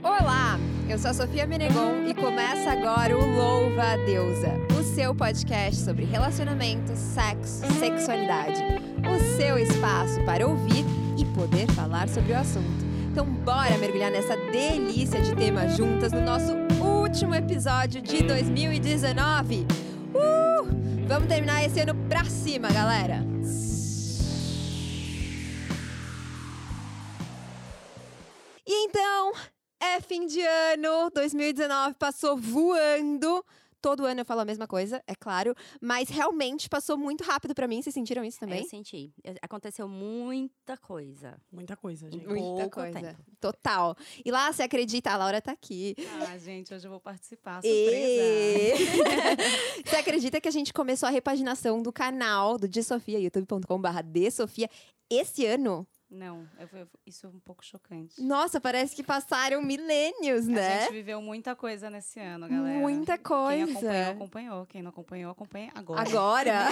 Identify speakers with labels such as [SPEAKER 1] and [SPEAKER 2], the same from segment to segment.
[SPEAKER 1] Olá, eu sou a Sofia Menegon e começa agora o Louva a Deusa, o seu podcast sobre relacionamento, sexo, sexualidade. O seu espaço para ouvir e poder falar sobre o assunto. Então bora mergulhar nessa delícia de temas juntas no nosso último episódio de 2019. Uh! Vamos terminar esse ano pra cima, galera! E então, é fim de ano, 2019 passou voando. Todo ano eu falo a mesma coisa, é claro, mas realmente passou muito rápido pra mim. Vocês sentiram isso também?
[SPEAKER 2] É,
[SPEAKER 3] É,
[SPEAKER 2] Eu senti. Eu- aconteceu muita coisa.
[SPEAKER 3] Muita coisa, gente.
[SPEAKER 2] Ui.
[SPEAKER 1] Muita
[SPEAKER 2] pouco
[SPEAKER 1] coisa.
[SPEAKER 2] tempo.
[SPEAKER 1] Total. E lá, você acredita, a Laura tá aqui.
[SPEAKER 3] Ah, gente, hoje eu vou
[SPEAKER 1] Ah,
[SPEAKER 3] participar,
[SPEAKER 1] E- Você acredita que a gente começou a repaginação do canal do De Sofia, youtube.com.br de Sofia, esse ano?
[SPEAKER 3] Não, eu vou- eu vou- isso é um pouco chocante.
[SPEAKER 1] Nossa, parece que passaram milênios,
[SPEAKER 3] A
[SPEAKER 1] né?
[SPEAKER 3] gente viveu muita coisa nesse ano, galera.
[SPEAKER 1] Muita coisa.
[SPEAKER 3] Quem acompanhou, acompanhou. Quem não acompanhou, acompanha agora.
[SPEAKER 1] Agora.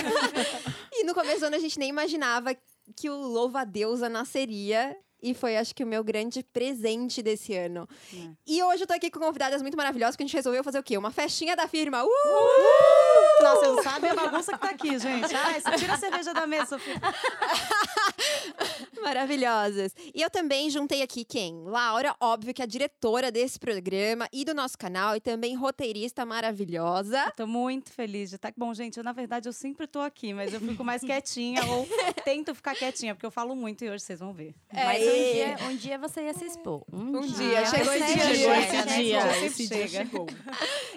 [SPEAKER 1] e no começo do ano a gente nem imaginava que o Louva a Deusa nasceria. E foi, acho que, o meu grande presente desse ano.
[SPEAKER 3] É.
[SPEAKER 1] E hoje eu tô aqui com convidadas muito maravilhosas, porque a gente resolveu fazer o quê? Uma festinha da firma. Uh!
[SPEAKER 3] Nossa, eu não sabe a bagunça que tá aqui, gente. Ai, você tira a cerveja da mesa, Sofia.
[SPEAKER 1] Maravilhosas. E eu também juntei aqui quem? Laura, óbvio que é a diretora desse programa e do nosso canal, e também roteirista maravilhosa.
[SPEAKER 3] Eu Tô muito feliz de estar. Bom, gente, eu, na verdade eu sempre tô aqui, mas eu fico mais quietinha ou tento ficar quietinha, porque eu falo muito e hoje vocês vão ver.
[SPEAKER 1] É,
[SPEAKER 2] Mas
[SPEAKER 1] e-
[SPEAKER 2] um dia, um dia você ia se expor. Um,
[SPEAKER 1] Um dia, chegou
[SPEAKER 3] é
[SPEAKER 1] esse
[SPEAKER 2] você
[SPEAKER 1] dia.
[SPEAKER 2] chega,
[SPEAKER 1] esse
[SPEAKER 2] né?
[SPEAKER 1] dia,
[SPEAKER 2] Chegou.
[SPEAKER 3] esse dia chegou.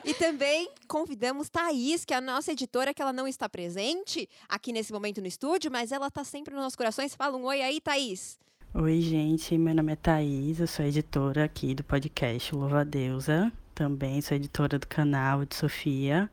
[SPEAKER 1] E também convidamos Thaís, que é a nossa editora, que ela não está presente aqui nesse momento no estúdio, mas ela está sempre nos nossos corações. Fala um oi aí, Thaís.
[SPEAKER 4] Oi, gente. Meu nome é Thaís, eu sou editora aqui do podcast Louva a Deusa. Também sou editora do canal de Sofia.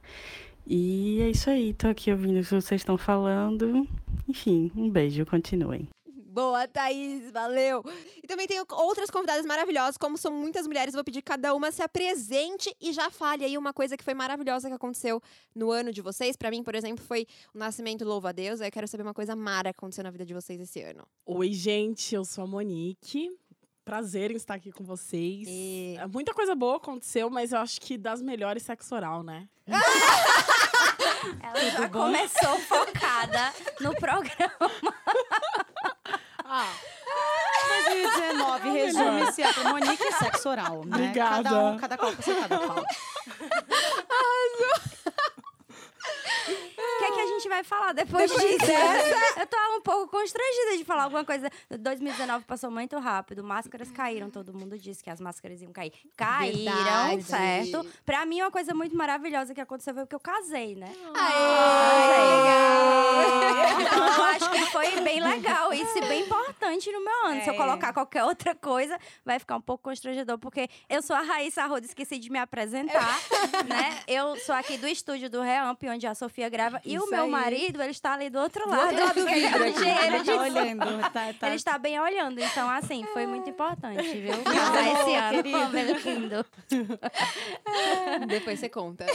[SPEAKER 4] E é isso aí, tô aqui ouvindo o que vocês estão falando. Enfim, um beijo, continuem.
[SPEAKER 1] Boa, Thaís, valeu. E também tenho outras convidadas maravilhosas, como são muitas mulheres, vou pedir que cada uma se apresente e já fale aí uma coisa que foi maravilhosa que aconteceu no ano de vocês. Pra mim, por exemplo, foi o nascimento louva a Deus. Aí eu quero saber uma coisa mara que aconteceu na vida de vocês esse ano.
[SPEAKER 5] Oi, gente, eu sou a Monique. Prazer em estar aqui com vocês. É,
[SPEAKER 1] E-
[SPEAKER 5] Muita coisa boa aconteceu, mas eu acho que das melhores sexo oral, né?
[SPEAKER 2] Ela já começou focada no programa.
[SPEAKER 5] Ah,
[SPEAKER 3] 2019 resume-se a Monique e sexo oral, né?
[SPEAKER 5] Obrigada.
[SPEAKER 3] Cada um, cada qual com seu cada qual.
[SPEAKER 2] O que, é que a gente vai falar depois, disso? Eu tô um pouco constrangida de falar alguma coisa. 2019 passou muito rápido, máscaras caíram, todo mundo disse que as máscaras iam cair. Caíram,
[SPEAKER 1] Verdade.
[SPEAKER 2] certo? Pra mim, uma coisa muito maravilhosa que aconteceu foi que eu casei, né?
[SPEAKER 1] Aê!
[SPEAKER 2] Então, eu acho que foi bem legal. Isso é bem importante no meu ano. Se eu
[SPEAKER 3] É.
[SPEAKER 2] colocar qualquer outra coisa, vai ficar um pouco constrangedor, porque eu sou a Raíssa Arruda, esqueci de me apresentar, né? Eu sou aqui do estúdio do Reamp, onde a Sofia grava. e o
[SPEAKER 1] Isso
[SPEAKER 2] meu
[SPEAKER 1] aí.
[SPEAKER 2] marido, ele está ali do outro
[SPEAKER 1] Do
[SPEAKER 2] lado.
[SPEAKER 1] outro lado do
[SPEAKER 2] Ele
[SPEAKER 1] vidro
[SPEAKER 2] é um
[SPEAKER 1] aqui. né,
[SPEAKER 2] engenheiro de
[SPEAKER 3] tá
[SPEAKER 2] som.
[SPEAKER 3] olhando, tá, tá.
[SPEAKER 2] Ele está bem olhando, então assim, foi
[SPEAKER 1] É.
[SPEAKER 2] muito importante, viu? Casar esse
[SPEAKER 3] amor,
[SPEAKER 2] ano,
[SPEAKER 3] querido.
[SPEAKER 2] meu lindo.
[SPEAKER 1] Depois você conta. É,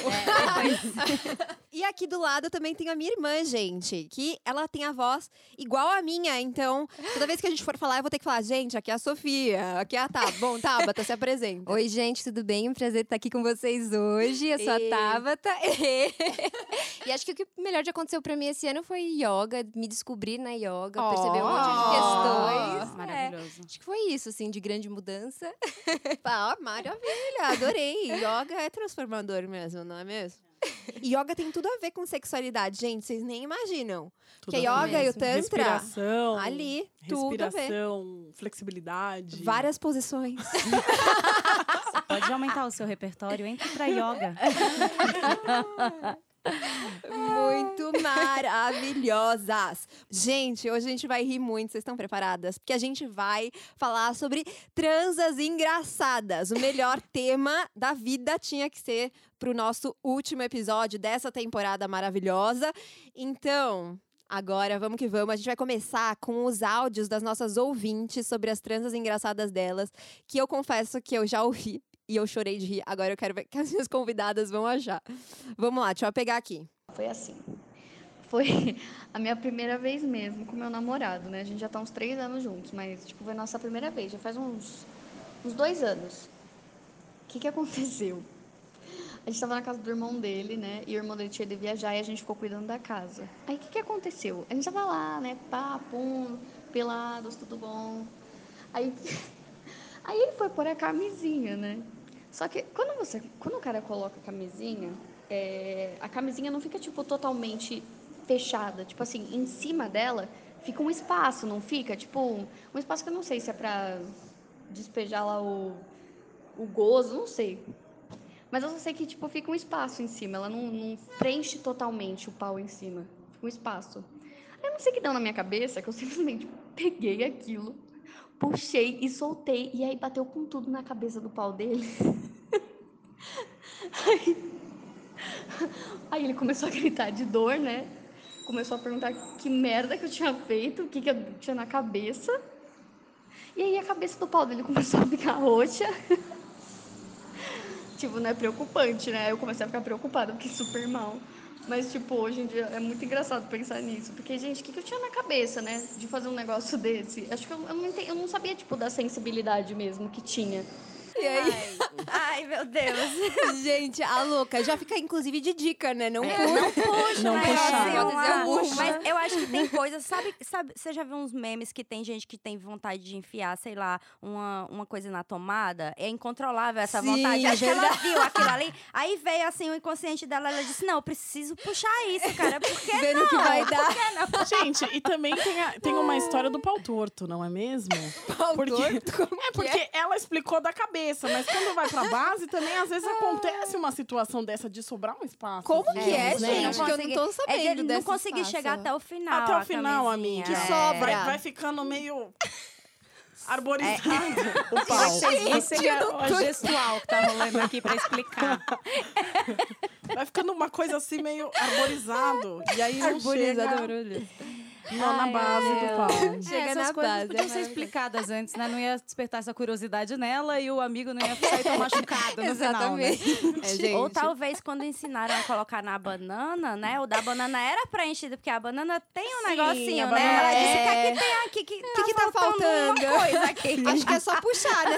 [SPEAKER 1] e aqui do lado também tem a minha irmã, gente, que ela tem a voz igual a minha. Então, toda vez que a gente for falar, eu vou ter que falar, gente, aqui é a Sofia, aqui é a Tabata. Bom, Tabata, se apresenta.
[SPEAKER 6] Oi, gente, tudo bem? Um prazer estar aqui com vocês hoje. Eu sou a
[SPEAKER 1] E-
[SPEAKER 6] Tabata. e acho que o que melhor de aconteceu pra mim esse ano foi yoga, me descobrir na yoga, perceber um monte de
[SPEAKER 1] Ó.
[SPEAKER 6] questões. É.
[SPEAKER 3] Maravilhoso.
[SPEAKER 6] Acho que foi isso, assim, de grande mudança.
[SPEAKER 1] Ah, maravilha, adorei. Yoga é transformador mesmo, não é mesmo? E yoga tem tudo a ver com sexualidade, gente. Vocês nem imaginam.
[SPEAKER 5] tudo
[SPEAKER 1] que
[SPEAKER 5] a
[SPEAKER 1] a
[SPEAKER 5] ver.
[SPEAKER 1] yoga e o
[SPEAKER 6] mesmo.
[SPEAKER 1] tantra,
[SPEAKER 5] Respiração.
[SPEAKER 1] ali, tudo a ver.
[SPEAKER 5] Respiração, flexibilidade.
[SPEAKER 1] Várias posições.
[SPEAKER 3] Pode aumentar o seu repertório, entre pra yoga.
[SPEAKER 1] Muito maravilhosas. Gente, hoje a gente vai rir muito, vocês estão preparadas? Porque a gente vai falar sobre transas engraçadas. O melhor tema da vida tinha que ser pro nosso último episódio dessa temporada maravilhosa. Então, agora vamos que vamos. A gente vai começar com os áudios das nossas ouvintes sobre as transas engraçadas delas, que eu confesso que eu já ouvi. E eu chorei de rir. Agora eu quero ver o que as minhas convidadas vão achar. Vamos lá, deixa eu pegar aqui.
[SPEAKER 7] Foi assim. Foi a minha primeira vez mesmo com meu namorado, né? A gente já tá uns três anos juntos, mas tipo, foi a nossa primeira vez, já faz uns, uns dois anos. que, que aconteceu? A gente estava na casa do irmão dele, né? E o irmão dele tinha ido viajar e a gente ficou cuidando da casa. Aí o que, que aconteceu? A gente tava lá, né? Pá, pum, pelados, tudo bom. Aí, aí ele foi pôr a camisinha, né? Só que quando você, quando o cara coloca a camisinha, é, a camisinha não fica tipo totalmente fechada, tipo assim, em cima dela fica um espaço, não fica? Tipo um, um espaço que eu não sei se é pra despejar lá o, o gozo, não sei. Mas eu só sei que tipo fica um espaço em cima, ela não, não preenche totalmente o pau em cima, fica um espaço. Aí Eu não sei o que deu na minha cabeça, que eu simplesmente peguei aquilo, puxei e soltei, e aí bateu com tudo na cabeça do pau dele. aí, aí ele começou a gritar de dor, né? Começou a perguntar que merda que eu tinha feito, o que, que eu tinha na cabeça. E aí a cabeça do pau dele começou a ficar roxa. tipo, não é preocupante, né? Eu comecei a ficar preocupada, fiquei super mal. Mas, tipo, hoje em dia é muito engraçado pensar nisso. Porque, gente, o que, que eu tinha na cabeça, né? De fazer um negócio desse? Acho que eu, eu não, enten- eu não sabia, tipo, da sensibilidade mesmo que tinha.
[SPEAKER 1] E aí,
[SPEAKER 2] Ai, meu Deus.
[SPEAKER 1] gente, a louca já fica inclusive de dica, né? Não puxa.
[SPEAKER 2] É, Não puxa,
[SPEAKER 4] Não
[SPEAKER 2] né?
[SPEAKER 4] puxar.
[SPEAKER 2] Assim,
[SPEAKER 1] Aconteceu
[SPEAKER 2] ah,
[SPEAKER 1] alguma.
[SPEAKER 2] Mas eu acho que tem coisa, sabe, sabe, você já viu uns memes que tem gente que tem vontade de enfiar, sei lá, uma, uma coisa na tomada? É incontrolável essa
[SPEAKER 1] Sim,
[SPEAKER 2] vontade.
[SPEAKER 1] é
[SPEAKER 2] Acho que ela viu aquilo ali. Aí veio assim o inconsciente dela, ela disse: "Não, eu preciso puxar isso, cara, porque
[SPEAKER 1] Vendo o que vai dar.
[SPEAKER 5] Gente, e também tem, a- tem uma história do pau torto, não é mesmo?
[SPEAKER 1] Pau
[SPEAKER 5] Porque-
[SPEAKER 1] torto, como
[SPEAKER 5] É
[SPEAKER 1] que é?
[SPEAKER 5] porque ela explicou da cabeça, mas quando vai pra base, também às vezes acontece uma situação dessa de sobrar um espaço.
[SPEAKER 1] Como
[SPEAKER 5] assim,
[SPEAKER 1] que é,
[SPEAKER 5] digamos, né?
[SPEAKER 1] gente?
[SPEAKER 2] não
[SPEAKER 1] Que eu não tô
[SPEAKER 2] é que
[SPEAKER 1] sabendo
[SPEAKER 2] ele não
[SPEAKER 1] dessa
[SPEAKER 2] conseguiu
[SPEAKER 1] situação.
[SPEAKER 2] chegar até o final.
[SPEAKER 5] Até
[SPEAKER 2] a
[SPEAKER 5] o final,
[SPEAKER 2] camisinha.
[SPEAKER 5] amiga.
[SPEAKER 1] Que É.
[SPEAKER 2] É.
[SPEAKER 1] sobra.
[SPEAKER 5] Vai, vai ficando meio arborizado o pau.
[SPEAKER 3] Vocês, você é o gestual que tá rolando aqui pra explicar.
[SPEAKER 5] Vai ficando uma coisa assim meio arborizado. E aí não chega não na
[SPEAKER 2] Ai,
[SPEAKER 5] base do pau.
[SPEAKER 1] Chega
[SPEAKER 3] essas
[SPEAKER 1] na
[SPEAKER 3] coisas
[SPEAKER 1] base, é
[SPEAKER 3] podiam ser
[SPEAKER 1] maravilhoso.
[SPEAKER 3] explicadas antes, né? Não ia despertar essa curiosidade nela e o amigo não ia sair tão machucado no final, né?
[SPEAKER 1] É, gente.
[SPEAKER 2] Ou talvez quando ensinaram a colocar na banana, né? O da banana era preenchido, porque a banana tem um
[SPEAKER 5] Sim,
[SPEAKER 2] negocinho,
[SPEAKER 5] a
[SPEAKER 2] né?
[SPEAKER 5] banana
[SPEAKER 2] Ela disse
[SPEAKER 1] é.
[SPEAKER 2] que aqui tem aqui que,
[SPEAKER 1] O que, que tá faltando?
[SPEAKER 2] uma coisa aqui.
[SPEAKER 1] Acho que é só puxar, né?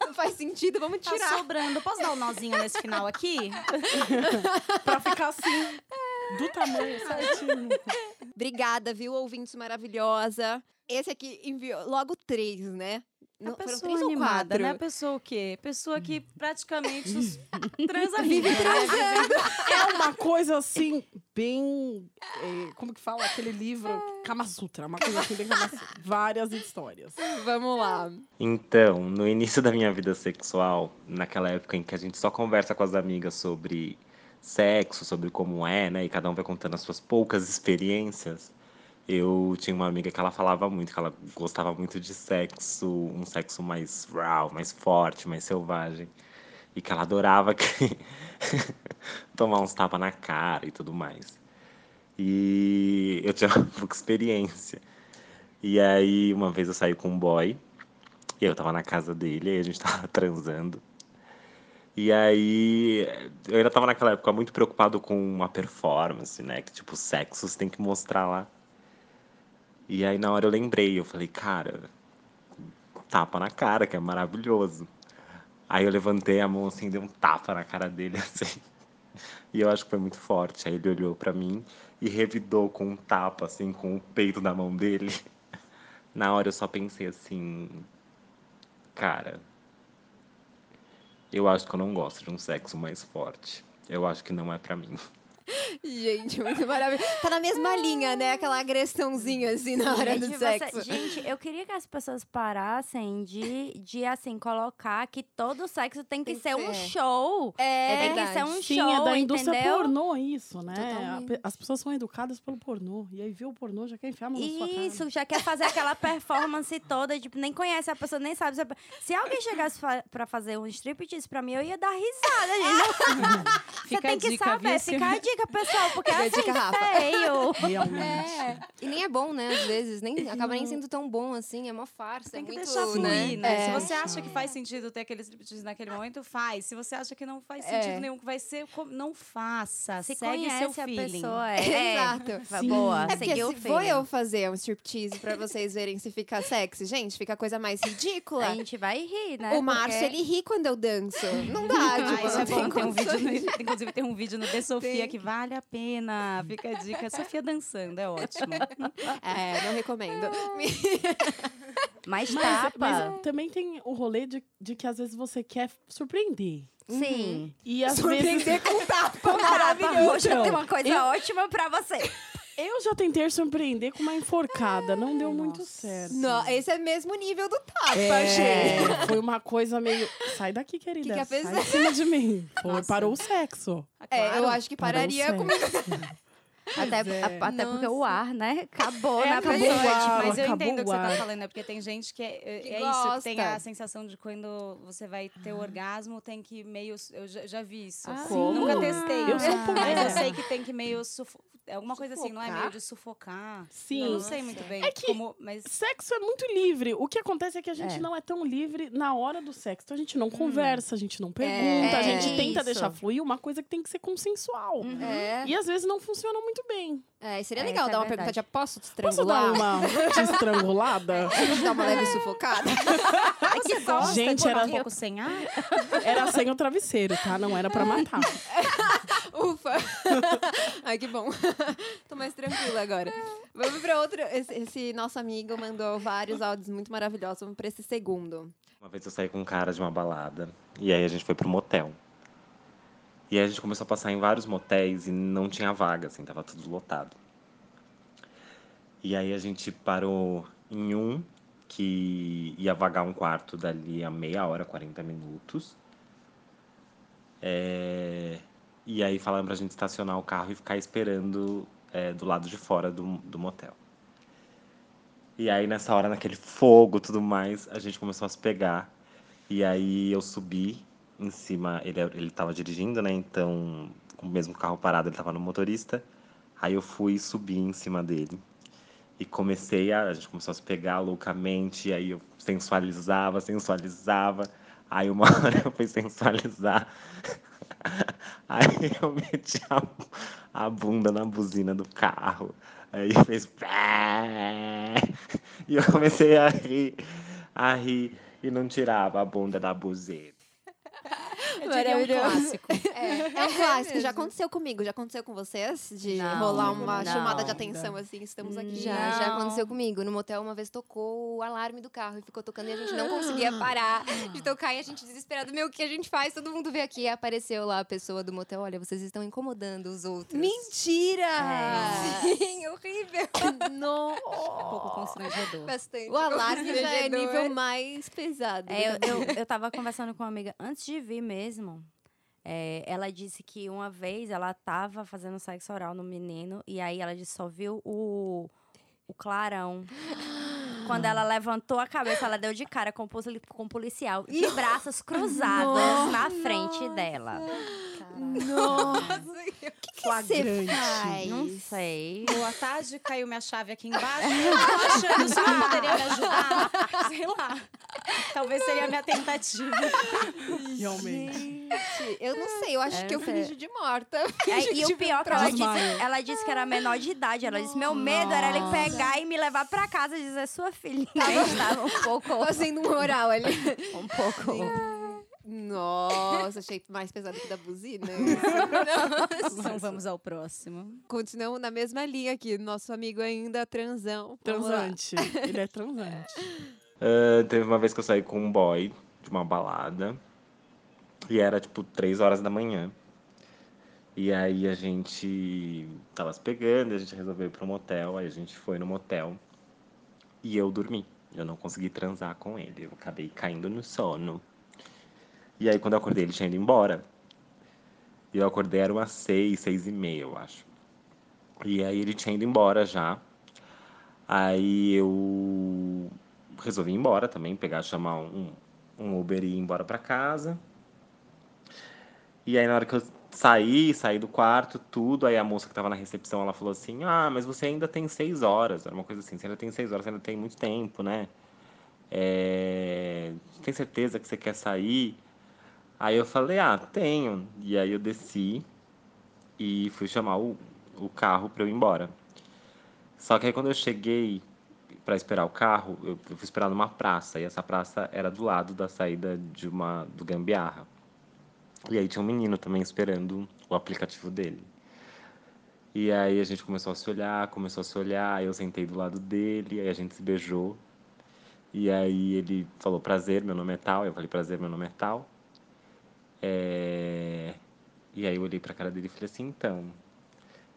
[SPEAKER 1] Não faz sentido, vamos
[SPEAKER 3] Tá
[SPEAKER 1] tirar.
[SPEAKER 3] sobrando. Posso dar um nozinho nesse final aqui?
[SPEAKER 5] Pra ficar assim, do tamanho certinho.
[SPEAKER 1] É. Obrigada, viu, ouvintes maravilhosa. Esse aqui enviou logo três, né?
[SPEAKER 3] A
[SPEAKER 1] Não,
[SPEAKER 3] pessoa animada, né? A pessoa o quê? Pessoa que praticamente os- transa a vida,
[SPEAKER 1] Vive
[SPEAKER 3] né?
[SPEAKER 1] transando.
[SPEAKER 5] É uma coisa assim, bem. eh, como que fala? Aquele livro Kama Sutra. Uma coisa assim, bem Kama Sutra. Várias histórias.
[SPEAKER 1] Vamos lá.
[SPEAKER 8] Então, no início da minha vida sexual, naquela época em que a gente só conversa com as amigas sobre sexo, sobre como é, né? E cada um vai contando as suas poucas experiências. Eu tinha uma amiga que ela falava muito, que ela gostava muito de sexo, um sexo mais raw, mais forte, mais selvagem. E que ela adorava que- tomar uns tapas na cara e tudo mais. E eu tinha pouca experiência. E aí, uma vez eu saí com um boy. E eu tava na casa dele, aí a gente tava transando. E aí, eu ainda tava naquela época muito preocupado com uma performance, né? Que tipo, sexo você tem que mostrar lá. E aí, na hora eu lembrei, eu falei, cara, tapa na cara, que é maravilhoso. Aí eu levantei a mão assim, dei um tapa na cara dele, assim. E eu acho que foi muito forte. Aí ele olhou pra mim e revidou com um tapa, assim, com o peito da mão dele. Na hora eu só pensei assim, Cara, eu acho que eu não gosto de um sexo mais forte. Eu acho que não é pra mim.
[SPEAKER 1] Gente, muito maravilhoso. Tá na mesma linha, né? Aquela agressãozinha assim na hora do
[SPEAKER 2] Gente, você-
[SPEAKER 1] sexo.
[SPEAKER 2] gente, eu queria que as pessoas parassem de, de assim, colocar que todo sexo tem
[SPEAKER 1] Tem
[SPEAKER 2] que
[SPEAKER 1] que
[SPEAKER 2] ser um
[SPEAKER 1] ser.
[SPEAKER 2] show.
[SPEAKER 1] É,
[SPEAKER 2] tem que
[SPEAKER 1] verdade.
[SPEAKER 2] ser um
[SPEAKER 5] Sim,
[SPEAKER 2] show,
[SPEAKER 5] é da indústria
[SPEAKER 2] entendeu?
[SPEAKER 5] pornô isso, né?
[SPEAKER 1] Totalmente.
[SPEAKER 5] A pe- As pessoas são educadas pelo pornô. E aí vê o pornô, já quer enfiar a mão na sua cara.
[SPEAKER 2] Isso, já quer fazer aquela performance toda, tipo, nem conhece a pessoa, nem sabe. se a pe- Se alguém chegasse fa pra fazer um striptease pra mim, eu ia dar risada, gente. Você
[SPEAKER 3] Fica
[SPEAKER 2] tem
[SPEAKER 3] a
[SPEAKER 2] que
[SPEAKER 3] dica,
[SPEAKER 2] saber,
[SPEAKER 3] viu,
[SPEAKER 2] fica a dica, pessoal. pessoal, porque
[SPEAKER 1] Ah! Fica a
[SPEAKER 2] assim,
[SPEAKER 1] dica, Rafa.
[SPEAKER 2] feio.
[SPEAKER 5] Realmente.
[SPEAKER 6] É. E nem é bom, né? Às vezes, nem acaba nem sendo tão bom assim, é uma farsa.
[SPEAKER 3] Tem
[SPEAKER 6] é
[SPEAKER 3] que
[SPEAKER 6] muito,
[SPEAKER 3] deixar fluir, né?
[SPEAKER 6] né?
[SPEAKER 1] É.
[SPEAKER 3] Se você acha que faz sentido ter aquele striptease naquele momento, faz. Se você acha que não faz sentido
[SPEAKER 1] É.
[SPEAKER 3] nenhum, que vai ser, co- não faça.
[SPEAKER 2] Se
[SPEAKER 3] Segue
[SPEAKER 2] conhece
[SPEAKER 3] seu
[SPEAKER 2] a
[SPEAKER 3] feeling.
[SPEAKER 2] pessoa, é.
[SPEAKER 1] Exato.
[SPEAKER 2] Vai, Boa,
[SPEAKER 1] É porque
[SPEAKER 2] seguiu o
[SPEAKER 1] se for
[SPEAKER 2] feeling.
[SPEAKER 1] eu fazer um striptease pra vocês verem se fica sexy, gente, fica a coisa mais ridícula.
[SPEAKER 2] A gente vai rir, né?
[SPEAKER 1] o Márcio,
[SPEAKER 2] Porque-
[SPEAKER 1] ele ri quando eu danço. Não dá,
[SPEAKER 3] Ah,
[SPEAKER 1] tipo,
[SPEAKER 3] isso
[SPEAKER 1] não
[SPEAKER 3] é bom.
[SPEAKER 1] tem
[SPEAKER 3] Tem um vídeo
[SPEAKER 1] condições.
[SPEAKER 3] no, inclusive, tem um vídeo no The Sofia
[SPEAKER 1] Tem.
[SPEAKER 3] que vale a pena. Fica a dica. Sofia dançando, é ótimo.
[SPEAKER 1] É, não recomendo.
[SPEAKER 3] tá.
[SPEAKER 2] Mais
[SPEAKER 5] Mas,
[SPEAKER 2] tapa.
[SPEAKER 5] mas também tem o rolê de, de que às vezes você quer surpreender. Uhum.
[SPEAKER 2] Sim.
[SPEAKER 5] E às vezes.
[SPEAKER 1] Surpreender com tapa.
[SPEAKER 2] Maravilhoso.
[SPEAKER 5] Então,
[SPEAKER 2] tem uma coisa
[SPEAKER 5] eu-
[SPEAKER 2] ótima pra você.
[SPEAKER 5] Eu já tentei surpreender com uma enforcada, não deu muito certo.
[SPEAKER 1] Não, esse é mesmo nível do tapa, Ah, tá, gente.
[SPEAKER 5] É, foi uma coisa meio. Sai daqui, querida.
[SPEAKER 1] que a pessoa-
[SPEAKER 5] Sai de cima de mim. Foi,
[SPEAKER 3] Nossa.
[SPEAKER 5] parou o sexo.
[SPEAKER 1] É, eu acho que
[SPEAKER 5] Parou o
[SPEAKER 1] pararia com
[SPEAKER 5] sexo.
[SPEAKER 2] Até,
[SPEAKER 5] é.
[SPEAKER 2] a- até porque o ar, né? Acabou
[SPEAKER 5] É,
[SPEAKER 2] na
[SPEAKER 5] acabou
[SPEAKER 2] pessoa.
[SPEAKER 5] o ar.
[SPEAKER 2] tipo,
[SPEAKER 5] Uau,
[SPEAKER 3] Mas eu
[SPEAKER 5] acabou
[SPEAKER 3] entendo o que você
[SPEAKER 5] o
[SPEAKER 3] tá
[SPEAKER 5] ar.
[SPEAKER 3] falando, é porque tem gente que é, é-
[SPEAKER 1] Que
[SPEAKER 3] é isso, que tem
[SPEAKER 1] gosta.
[SPEAKER 3] a sensação de quando você vai ter
[SPEAKER 5] Ah.
[SPEAKER 3] orgasmo, tem que meio. Eu já, já vi isso. assim.
[SPEAKER 5] Como?
[SPEAKER 3] Nunca testei.
[SPEAKER 5] Ah, Eu sou um pouco-
[SPEAKER 3] Mas eu
[SPEAKER 5] é.
[SPEAKER 3] sei que tem que meio. Sufo... Alguma coisa assim, não é meio de sufocar.
[SPEAKER 5] Sim.
[SPEAKER 3] Eu não sei muito bem
[SPEAKER 5] É que-
[SPEAKER 3] como. Mas
[SPEAKER 5] Sexo é muito livre. O que acontece é que a gente
[SPEAKER 2] É.
[SPEAKER 5] não é tão livre na hora do sexo. Então a gente não conversa, a gente não pergunta, a
[SPEAKER 2] Hum. É,
[SPEAKER 5] gente tenta
[SPEAKER 2] isso. Uhum.
[SPEAKER 5] deixar fluir uma coisa que tem que ser consensual.
[SPEAKER 1] É.
[SPEAKER 5] E às vezes não funciona muito bem.
[SPEAKER 1] É, seria
[SPEAKER 2] É,
[SPEAKER 1] legal
[SPEAKER 2] essa é
[SPEAKER 1] dar uma
[SPEAKER 2] a
[SPEAKER 1] pergunta de
[SPEAKER 2] verdade.
[SPEAKER 1] aposto te
[SPEAKER 5] Posso dar
[SPEAKER 1] estrangular.
[SPEAKER 5] uma te estrangulada?
[SPEAKER 1] Posso dar uma leve sufocada?
[SPEAKER 3] Ai, que gosta
[SPEAKER 5] Gente,
[SPEAKER 3] de
[SPEAKER 5] era-
[SPEAKER 3] um pouco sem ar?
[SPEAKER 5] Era sem o travesseiro, tá? Não era pra matar.
[SPEAKER 1] Ufa! Ai, que bom. Tô mais tranquila agora. Vamos pra outro. Esse, esse nosso amigo mandou vários áudios muito maravilhosos. Vamos pra esse segundo.
[SPEAKER 8] Uma vez eu saí com um cara de uma balada e aí a gente foi pro motel. E aí a gente começou a passar em vários motéis e não tinha vaga, assim, tava tudo lotado. E aí a gente parou em um que ia vagar um quarto dali a meia hora, 40 minutos. É, E aí falaram pra gente estacionar o carro e ficar esperando é, do lado de fora do, do motel. E aí, nessa hora, naquele fogo e tudo mais, a gente começou a se pegar. E aí eu subi em cima, ele, ele tava dirigindo, né? Então, com o mesmo carro parado, ele tava no motorista. Aí eu fui subir em cima dele. E comecei a. A gente começou a se pegar loucamente. E aí eu sensualizava, sensualizava. Aí uma hora eu fui sensualizar. Aí eu meti a, a bunda na buzina do carro. Aí ele fez. pé. E eu comecei a rir, a rir. E não tirava a bunda da buzina.
[SPEAKER 3] Eu diria um
[SPEAKER 1] Maravilhoso.
[SPEAKER 3] clássico.
[SPEAKER 1] É, um clássico. já aconteceu comigo, já aconteceu com vocês? De
[SPEAKER 2] Não,
[SPEAKER 1] rolar uma
[SPEAKER 2] não.
[SPEAKER 1] chamada de atenção assim, estamos aqui.
[SPEAKER 6] Já, já
[SPEAKER 2] Não.
[SPEAKER 6] aconteceu comigo. No motel, uma vez tocou o alarme do carro e ficou tocando e a gente não conseguia parar de tocar e a gente desesperado. Meu, o que a gente faz? Todo mundo veio aqui e apareceu lá a pessoa do motel. Olha, vocês estão incomodando os outros. É,
[SPEAKER 1] Mentira!
[SPEAKER 6] Sim, horrível.
[SPEAKER 5] É
[SPEAKER 3] Um pouco constrangedor.
[SPEAKER 6] Bastante.
[SPEAKER 1] O alarme já é
[SPEAKER 6] constrangedor.
[SPEAKER 1] nível mais pesado. né?
[SPEAKER 2] É, eu, eu, eu tava conversando com uma amiga antes de vir mesmo. É, ela disse que uma vez ela tava fazendo sexo oral no menino e aí ela disse, só viu o, o clarão. Quando ela levantou a cabeça, ela deu de cara com o poli- com o policial, de braços cruzados na frente dela.
[SPEAKER 1] Nossa,
[SPEAKER 5] Flagrante.
[SPEAKER 2] Não sei.
[SPEAKER 3] Boa tarde, caiu minha chave aqui embaixo. Eu tô achando, você não poderia me ajudar? Sei lá. Talvez seria a minha tentativa.
[SPEAKER 5] Realmente.
[SPEAKER 1] eu não sei, eu acho
[SPEAKER 2] É,
[SPEAKER 1] que eu
[SPEAKER 2] não
[SPEAKER 1] fingi de morta.
[SPEAKER 2] É, e o pior que ela
[SPEAKER 5] Desmaio.
[SPEAKER 2] disse, ela disse que era menor de idade. Ela disse: meu medo era ele pegar e me levar pra casa e dizer sua filha. estava um pouco.
[SPEAKER 1] Fazendo um oral ali.
[SPEAKER 2] Um pouco.
[SPEAKER 1] Nossa, achei mais pesado que da buzina.
[SPEAKER 3] Então vamos ao próximo.
[SPEAKER 1] Continuamos na mesma linha aqui. Nosso amigo ainda transão. Vamos lá.
[SPEAKER 5] Transante. Ele é transante.
[SPEAKER 8] Ah, teve uma vez que eu saí com um boy de uma balada. E era tipo 3 horas da manhã. E aí a gente tava se pegando, a gente resolveu ir pro motel, aí a gente foi no motel. E eu dormi. Eu não consegui transar com ele. Eu acabei caindo no sono. E aí quando eu acordei, ele tinha ido embora. E eu acordei, era umas 6, 6 e meia, eu acho. E aí ele tinha ido embora já. Aí eu resolvi ir embora também, pegar, chamar um, um Uber e ir embora pra casa. E aí, na hora que eu Saí, saí do quarto, tudo. Aí a moça que tava na recepção, ela falou assim: Ah, mas você ainda tem seis horas. Era uma coisa assim: Você ainda tem seis horas, você ainda tem muito tempo, né? É... Tem certeza que você quer sair? Aí eu falei: Ah, tenho. E aí eu desci e fui chamar o, o carro pra eu ir embora. Só que aí quando eu cheguei pra esperar o carro, eu, eu fui esperar numa praça. E essa praça era do lado da saída de uma do Gambiarra. E aí tinha um menino também esperando o aplicativo dele. E aí a gente começou a se olhar, começou a se olhar, eu sentei do lado dele, aí a gente se beijou. E aí ele falou, prazer, meu nome é tal. Eu falei, prazer, meu nome é tal. É... E aí eu olhei pra cara dele e falei assim, então,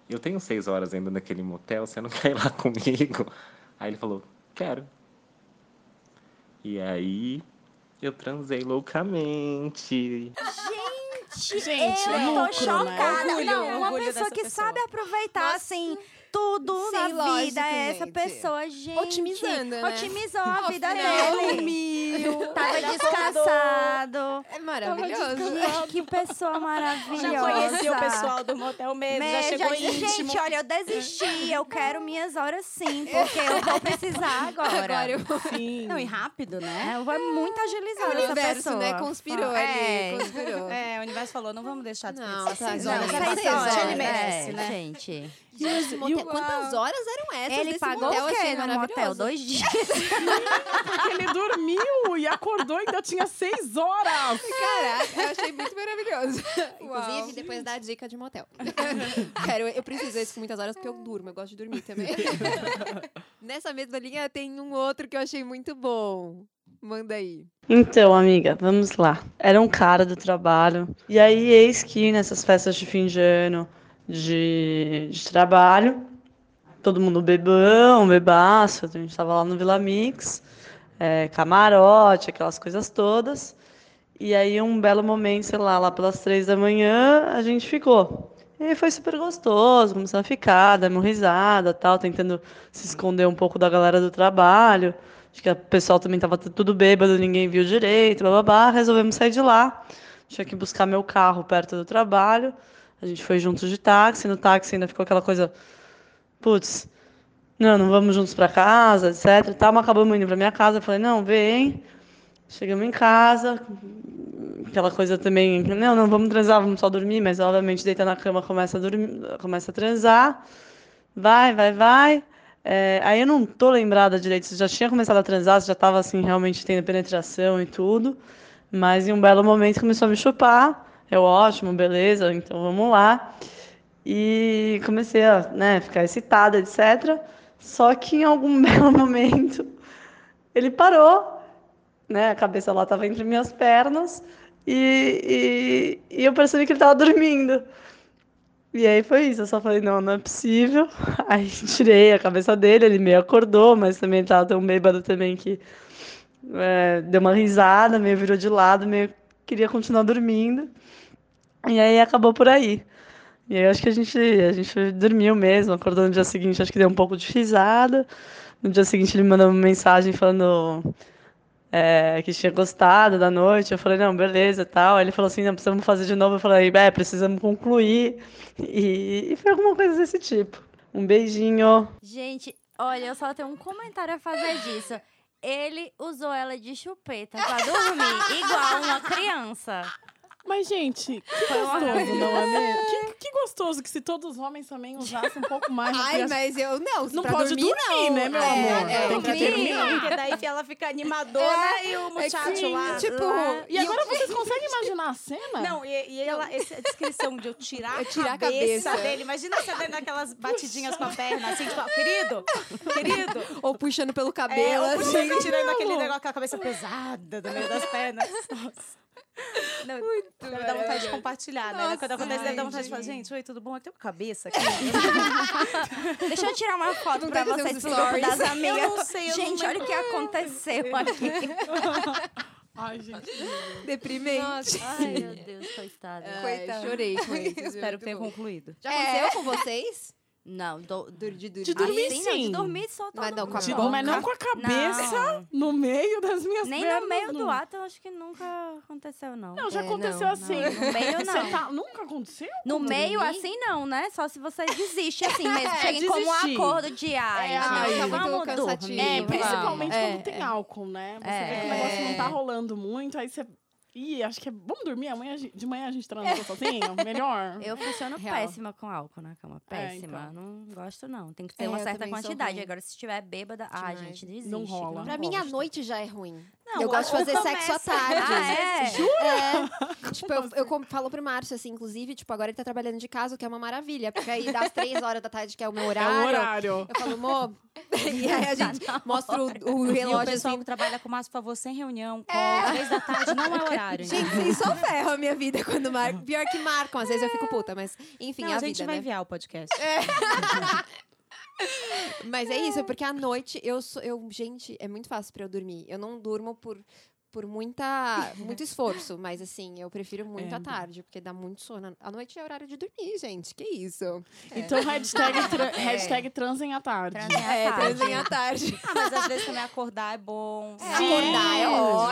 [SPEAKER 8] eu tenho seis horas ainda naquele motel, você não quer ir lá comigo? Aí ele falou, quero. E aí eu transei loucamente.
[SPEAKER 5] Gente,
[SPEAKER 2] eu
[SPEAKER 5] é
[SPEAKER 2] tô
[SPEAKER 5] lucro,
[SPEAKER 2] chocada.
[SPEAKER 5] né?
[SPEAKER 2] não, uma
[SPEAKER 3] orgulho
[SPEAKER 2] pessoa
[SPEAKER 3] dessa
[SPEAKER 2] que
[SPEAKER 3] pessoa.
[SPEAKER 2] sabe aproveitar, assim, tudo
[SPEAKER 1] Sim,
[SPEAKER 2] na
[SPEAKER 1] lógico,
[SPEAKER 2] vida. é Essa
[SPEAKER 1] gente.
[SPEAKER 2] pessoa, gente.
[SPEAKER 1] Otimizando, né?
[SPEAKER 2] Otimizou a vida
[SPEAKER 3] né?
[SPEAKER 1] Afinal,
[SPEAKER 2] dele.
[SPEAKER 1] Dormiu.
[SPEAKER 2] Tava descansado.
[SPEAKER 1] É maravilhoso.
[SPEAKER 2] Gente, que pessoa maravilhosa.
[SPEAKER 3] Já conheceu o pessoal do Motel Medo, já
[SPEAKER 2] Né,
[SPEAKER 3] chegou
[SPEAKER 2] disse,
[SPEAKER 3] íntimo.
[SPEAKER 2] Gente, olha, eu desisti. Eu quero minhas horas sim, porque eu vou precisar agora.
[SPEAKER 1] Agora eu
[SPEAKER 5] Sim.
[SPEAKER 3] Não, e rápido, né?
[SPEAKER 2] É, vai muito
[SPEAKER 1] É o
[SPEAKER 2] agilizada essa
[SPEAKER 1] universo,
[SPEAKER 2] pessoa.
[SPEAKER 1] né? Conspirou
[SPEAKER 2] É.
[SPEAKER 1] ali, conspirou.
[SPEAKER 3] É, o universo falou, não vamos deixar de
[SPEAKER 1] Não,
[SPEAKER 3] não,
[SPEAKER 1] tá,
[SPEAKER 3] seis
[SPEAKER 1] não,
[SPEAKER 3] horas.
[SPEAKER 1] seis
[SPEAKER 3] é bastante,
[SPEAKER 1] horas,
[SPEAKER 3] ele merece,
[SPEAKER 2] é,
[SPEAKER 3] né?
[SPEAKER 2] Gente,
[SPEAKER 1] Gente,
[SPEAKER 5] E o-
[SPEAKER 1] motel- um quantas horas eram essas
[SPEAKER 2] ele
[SPEAKER 1] desse um
[SPEAKER 2] pagou
[SPEAKER 1] motel?
[SPEAKER 2] o quê
[SPEAKER 1] Achei
[SPEAKER 2] no motel?
[SPEAKER 1] maravilhoso.
[SPEAKER 2] Dois dias.
[SPEAKER 5] Porque ele dormiu e acordou e ainda tinha seis horas.
[SPEAKER 1] Caraca, eu achei muito maravilhoso. Inclusive,
[SPEAKER 6] Uau.
[SPEAKER 1] depois dá a dica de motel. Cara, eu, eu preciso isso com muitas horas porque eu durmo, eu gosto de dormir também. Nessa mesma linha tem um outro que eu achei muito bom. Manda aí.
[SPEAKER 9] Então, amiga, vamos lá. Era um cara do trabalho. E aí, eis que nessas festas de fim de ano de, de trabalho, todo mundo bebão, bebaço, a gente tava lá no Vila Mix, é, camarote, aquelas coisas todas. E aí, um belo momento, sei lá, lá pelas três da manhã, a gente ficou. E aí foi super gostoso, começando a ficar, dando risada, tal, tentando se esconder um pouco da galera do trabalho. Acho que o pessoal também tava t- tudo bêbado, ninguém viu direito, bababá. Resolvemos sair de lá. Tinha que buscar meu carro perto do trabalho. A gente foi juntos de táxi. No táxi ainda ficou aquela coisa, putz, não, não vamos juntos para casa, etc. e Tal, mas acabamos indo para minha casa. Eu falei, não, vem. Chegamos em casa, aquela coisa também, não, não vamos transar, vamos só dormir, mas obviamente deita na cama, começa a dormir, começa a transar. Vai, vai, vai. É, aí eu não tô lembrada direito se já tinha começado a transar, se já tava assim realmente tendo penetração e tudo. Mas em um belo momento começou a me chupar. Eu, ótimo, beleza, então vamos lá. E comecei a, né, ficar excitada, etc. Só que em algum belo momento ele parou, né? A cabeça lá tava entre minhas pernas e, e, e eu percebi que ele tava dormindo. E aí foi isso, eu só falei, não, não é possível. Aí tirei a cabeça dele, ele meio acordou, mas também tava tão bêbado também que é, deu uma risada, meio virou de lado, meio queria continuar dormindo. E aí acabou por aí. E aí acho que a gente, a gente dormiu mesmo, acordou no dia seguinte, acho que deu um pouco de risada. No dia seguinte ele mandou uma mensagem falando é, que tinha gostado da noite. Eu falei, não, beleza, tal. Aí ele falou assim, não, precisamos fazer de novo. Eu falei, é, precisamos concluir. E, e foi alguma coisa desse tipo. Um beijinho.
[SPEAKER 2] Gente, olha, eu só tenho um comentário a fazer disso. Ele usou ela de chupeta pra dormir, igual uma criança.
[SPEAKER 5] Mas, gente, que
[SPEAKER 1] um
[SPEAKER 5] gostoso, não é mesmo? Que, que gostoso que se todos os homens também usassem um pouco mais.
[SPEAKER 1] Ai,
[SPEAKER 5] criança-
[SPEAKER 1] mas eu não.
[SPEAKER 5] Não
[SPEAKER 1] pra
[SPEAKER 5] pode
[SPEAKER 1] dormir,
[SPEAKER 5] dormir,
[SPEAKER 1] não.
[SPEAKER 5] né, meu
[SPEAKER 1] É,
[SPEAKER 5] amor?
[SPEAKER 1] é,
[SPEAKER 5] Tem que É,
[SPEAKER 1] dormir.
[SPEAKER 5] terminar.
[SPEAKER 3] Porque daí ela fica animadora e o muchacho
[SPEAKER 1] sim,
[SPEAKER 3] lá. né?
[SPEAKER 1] tipo,
[SPEAKER 3] lá.
[SPEAKER 5] E agora vocês conseguem imaginar a cena?
[SPEAKER 3] Não, e, e ela, essa descrição de eu tirar,
[SPEAKER 1] Eu tirar
[SPEAKER 3] a
[SPEAKER 1] a
[SPEAKER 3] cabeça,
[SPEAKER 1] cabeça.
[SPEAKER 3] dele. Imagina você dando aquelas batidinhas com a perna, assim, tipo, ó, querido, querido.
[SPEAKER 1] Ou puxando pelo
[SPEAKER 3] É,
[SPEAKER 1] cabelo.
[SPEAKER 3] ou
[SPEAKER 1] assim.
[SPEAKER 3] puxando, tirando aquele negócio com a cabeça pesada do meio das pernas. Nossa. Não, deve dar vontade de compartilhar, né? Quando acontece, deve dar vontade de falar, gente, oi, tudo bom? Eu tenho cabeça aqui.
[SPEAKER 2] Deixa eu tirar uma foto
[SPEAKER 1] vontade
[SPEAKER 2] pra
[SPEAKER 1] de fazer
[SPEAKER 2] vocês
[SPEAKER 1] uns
[SPEAKER 2] pro grupo
[SPEAKER 1] stories.
[SPEAKER 2] das amigas.
[SPEAKER 3] um Eu não sei, eu não
[SPEAKER 2] Gente, olha o que aconteceu aqui.
[SPEAKER 5] Ai, gente.
[SPEAKER 1] Deprimente.
[SPEAKER 2] Ai, meu Deus, coitada.
[SPEAKER 1] Ai, chorei com isso. viu?
[SPEAKER 3] Espero que tenha
[SPEAKER 1] Muito bom.
[SPEAKER 3] concluído.
[SPEAKER 1] Já aconteceu com vocês?
[SPEAKER 2] É. Não, do,
[SPEAKER 1] Dur- De dormir.
[SPEAKER 5] De dormir,
[SPEAKER 2] assim, não,
[SPEAKER 5] sim.
[SPEAKER 2] de dormir só todo
[SPEAKER 6] Mas não, com a
[SPEAKER 2] mundo.
[SPEAKER 6] boca.
[SPEAKER 5] mas não com a cabeça
[SPEAKER 2] Não.
[SPEAKER 5] no meio das minhas
[SPEAKER 2] Nem
[SPEAKER 5] pernas.
[SPEAKER 2] no meio
[SPEAKER 5] não.
[SPEAKER 2] do ato, eu acho que nunca aconteceu, não.
[SPEAKER 5] Não, já
[SPEAKER 6] É,
[SPEAKER 5] aconteceu
[SPEAKER 6] não,
[SPEAKER 5] assim.
[SPEAKER 2] não. No meio,
[SPEAKER 5] Você
[SPEAKER 2] não.
[SPEAKER 5] tá- Nunca aconteceu?
[SPEAKER 2] No meio,
[SPEAKER 6] dormir?
[SPEAKER 2] assim, não, né? Só se você desiste, assim mesmo.
[SPEAKER 5] É,
[SPEAKER 2] Cheguem como um
[SPEAKER 5] desistir.
[SPEAKER 2] acordo de ai,
[SPEAKER 1] É,
[SPEAKER 6] ah, não,
[SPEAKER 2] gente,
[SPEAKER 6] tá muito
[SPEAKER 2] vamos
[SPEAKER 6] cansativo. né?
[SPEAKER 2] dormir.
[SPEAKER 5] É,
[SPEAKER 6] Sim,
[SPEAKER 5] principalmente
[SPEAKER 6] vamos.
[SPEAKER 5] quando
[SPEAKER 6] É,
[SPEAKER 5] tem
[SPEAKER 6] é.
[SPEAKER 5] álcool, né? Você vê que o
[SPEAKER 2] É.
[SPEAKER 5] negócio não tá rolando muito, aí você... Ih, acho que é... Vamos dormir? Amanhã, a gente- de manhã a gente transa um sozinho? Melhor?
[SPEAKER 2] É. Eu funciono
[SPEAKER 6] Real.
[SPEAKER 2] péssima com álcool na cama.
[SPEAKER 5] É,
[SPEAKER 2] Péssima.
[SPEAKER 5] então.
[SPEAKER 2] Não gosto, não. Tem que ter
[SPEAKER 6] É,
[SPEAKER 2] uma
[SPEAKER 6] eu
[SPEAKER 2] certa
[SPEAKER 6] também sou
[SPEAKER 2] quantidade.
[SPEAKER 6] ruim.
[SPEAKER 2] Agora, se estiver bêbada, ah,
[SPEAKER 6] Demais.
[SPEAKER 2] gente, desiste.
[SPEAKER 5] Não
[SPEAKER 2] que
[SPEAKER 5] rola.
[SPEAKER 1] Pra mim, a
[SPEAKER 5] gosto.
[SPEAKER 1] noite já é ruim.
[SPEAKER 2] Não,
[SPEAKER 1] eu
[SPEAKER 2] o
[SPEAKER 1] gosto de fazer
[SPEAKER 2] álcool
[SPEAKER 1] sexo à
[SPEAKER 2] começa-
[SPEAKER 1] tarde.
[SPEAKER 2] Ah, é?
[SPEAKER 1] Jura? tipo, eu, eu com- falo pro Márcio, assim, inclusive, tipo, agora ele tá trabalhando de casa, o que é uma maravilha. Porque aí das três horas da tarde, que é o meu
[SPEAKER 5] É
[SPEAKER 1] horário.
[SPEAKER 5] o horário.
[SPEAKER 1] Eu falo, mô. e aí a gente mostra o, o
[SPEAKER 3] E Tá, o
[SPEAKER 1] relógio
[SPEAKER 3] pessoal
[SPEAKER 1] assim.
[SPEAKER 3] que trabalha com o Márcio, por favor, sem reunião, com três da tarde, não é horário.
[SPEAKER 1] Gente, vocês só ferram a minha vida quando marcam. Pior que marcam, às vezes eu fico puta, mas enfim,
[SPEAKER 3] Não,
[SPEAKER 1] é a,
[SPEAKER 3] a gente
[SPEAKER 1] vida,
[SPEAKER 3] vai
[SPEAKER 1] né?
[SPEAKER 3] enviar o podcast.
[SPEAKER 1] Mas é isso, porque à noite eu sou. Eu, gente, é muito fácil pra eu dormir. Eu não durmo por, por muita, muito esforço, mas assim, eu prefiro muito
[SPEAKER 5] É.
[SPEAKER 1] à tarde, porque dá muito sono. À noite é horário de dormir, gente. Que isso?
[SPEAKER 5] Então, hashtag, tra- hashtag transem à tarde.
[SPEAKER 2] É. Transem à
[SPEAKER 1] É,
[SPEAKER 2] tarde.
[SPEAKER 1] transem à tarde.
[SPEAKER 3] Ah, mas às vezes também acordar é bom.
[SPEAKER 1] É, acordar é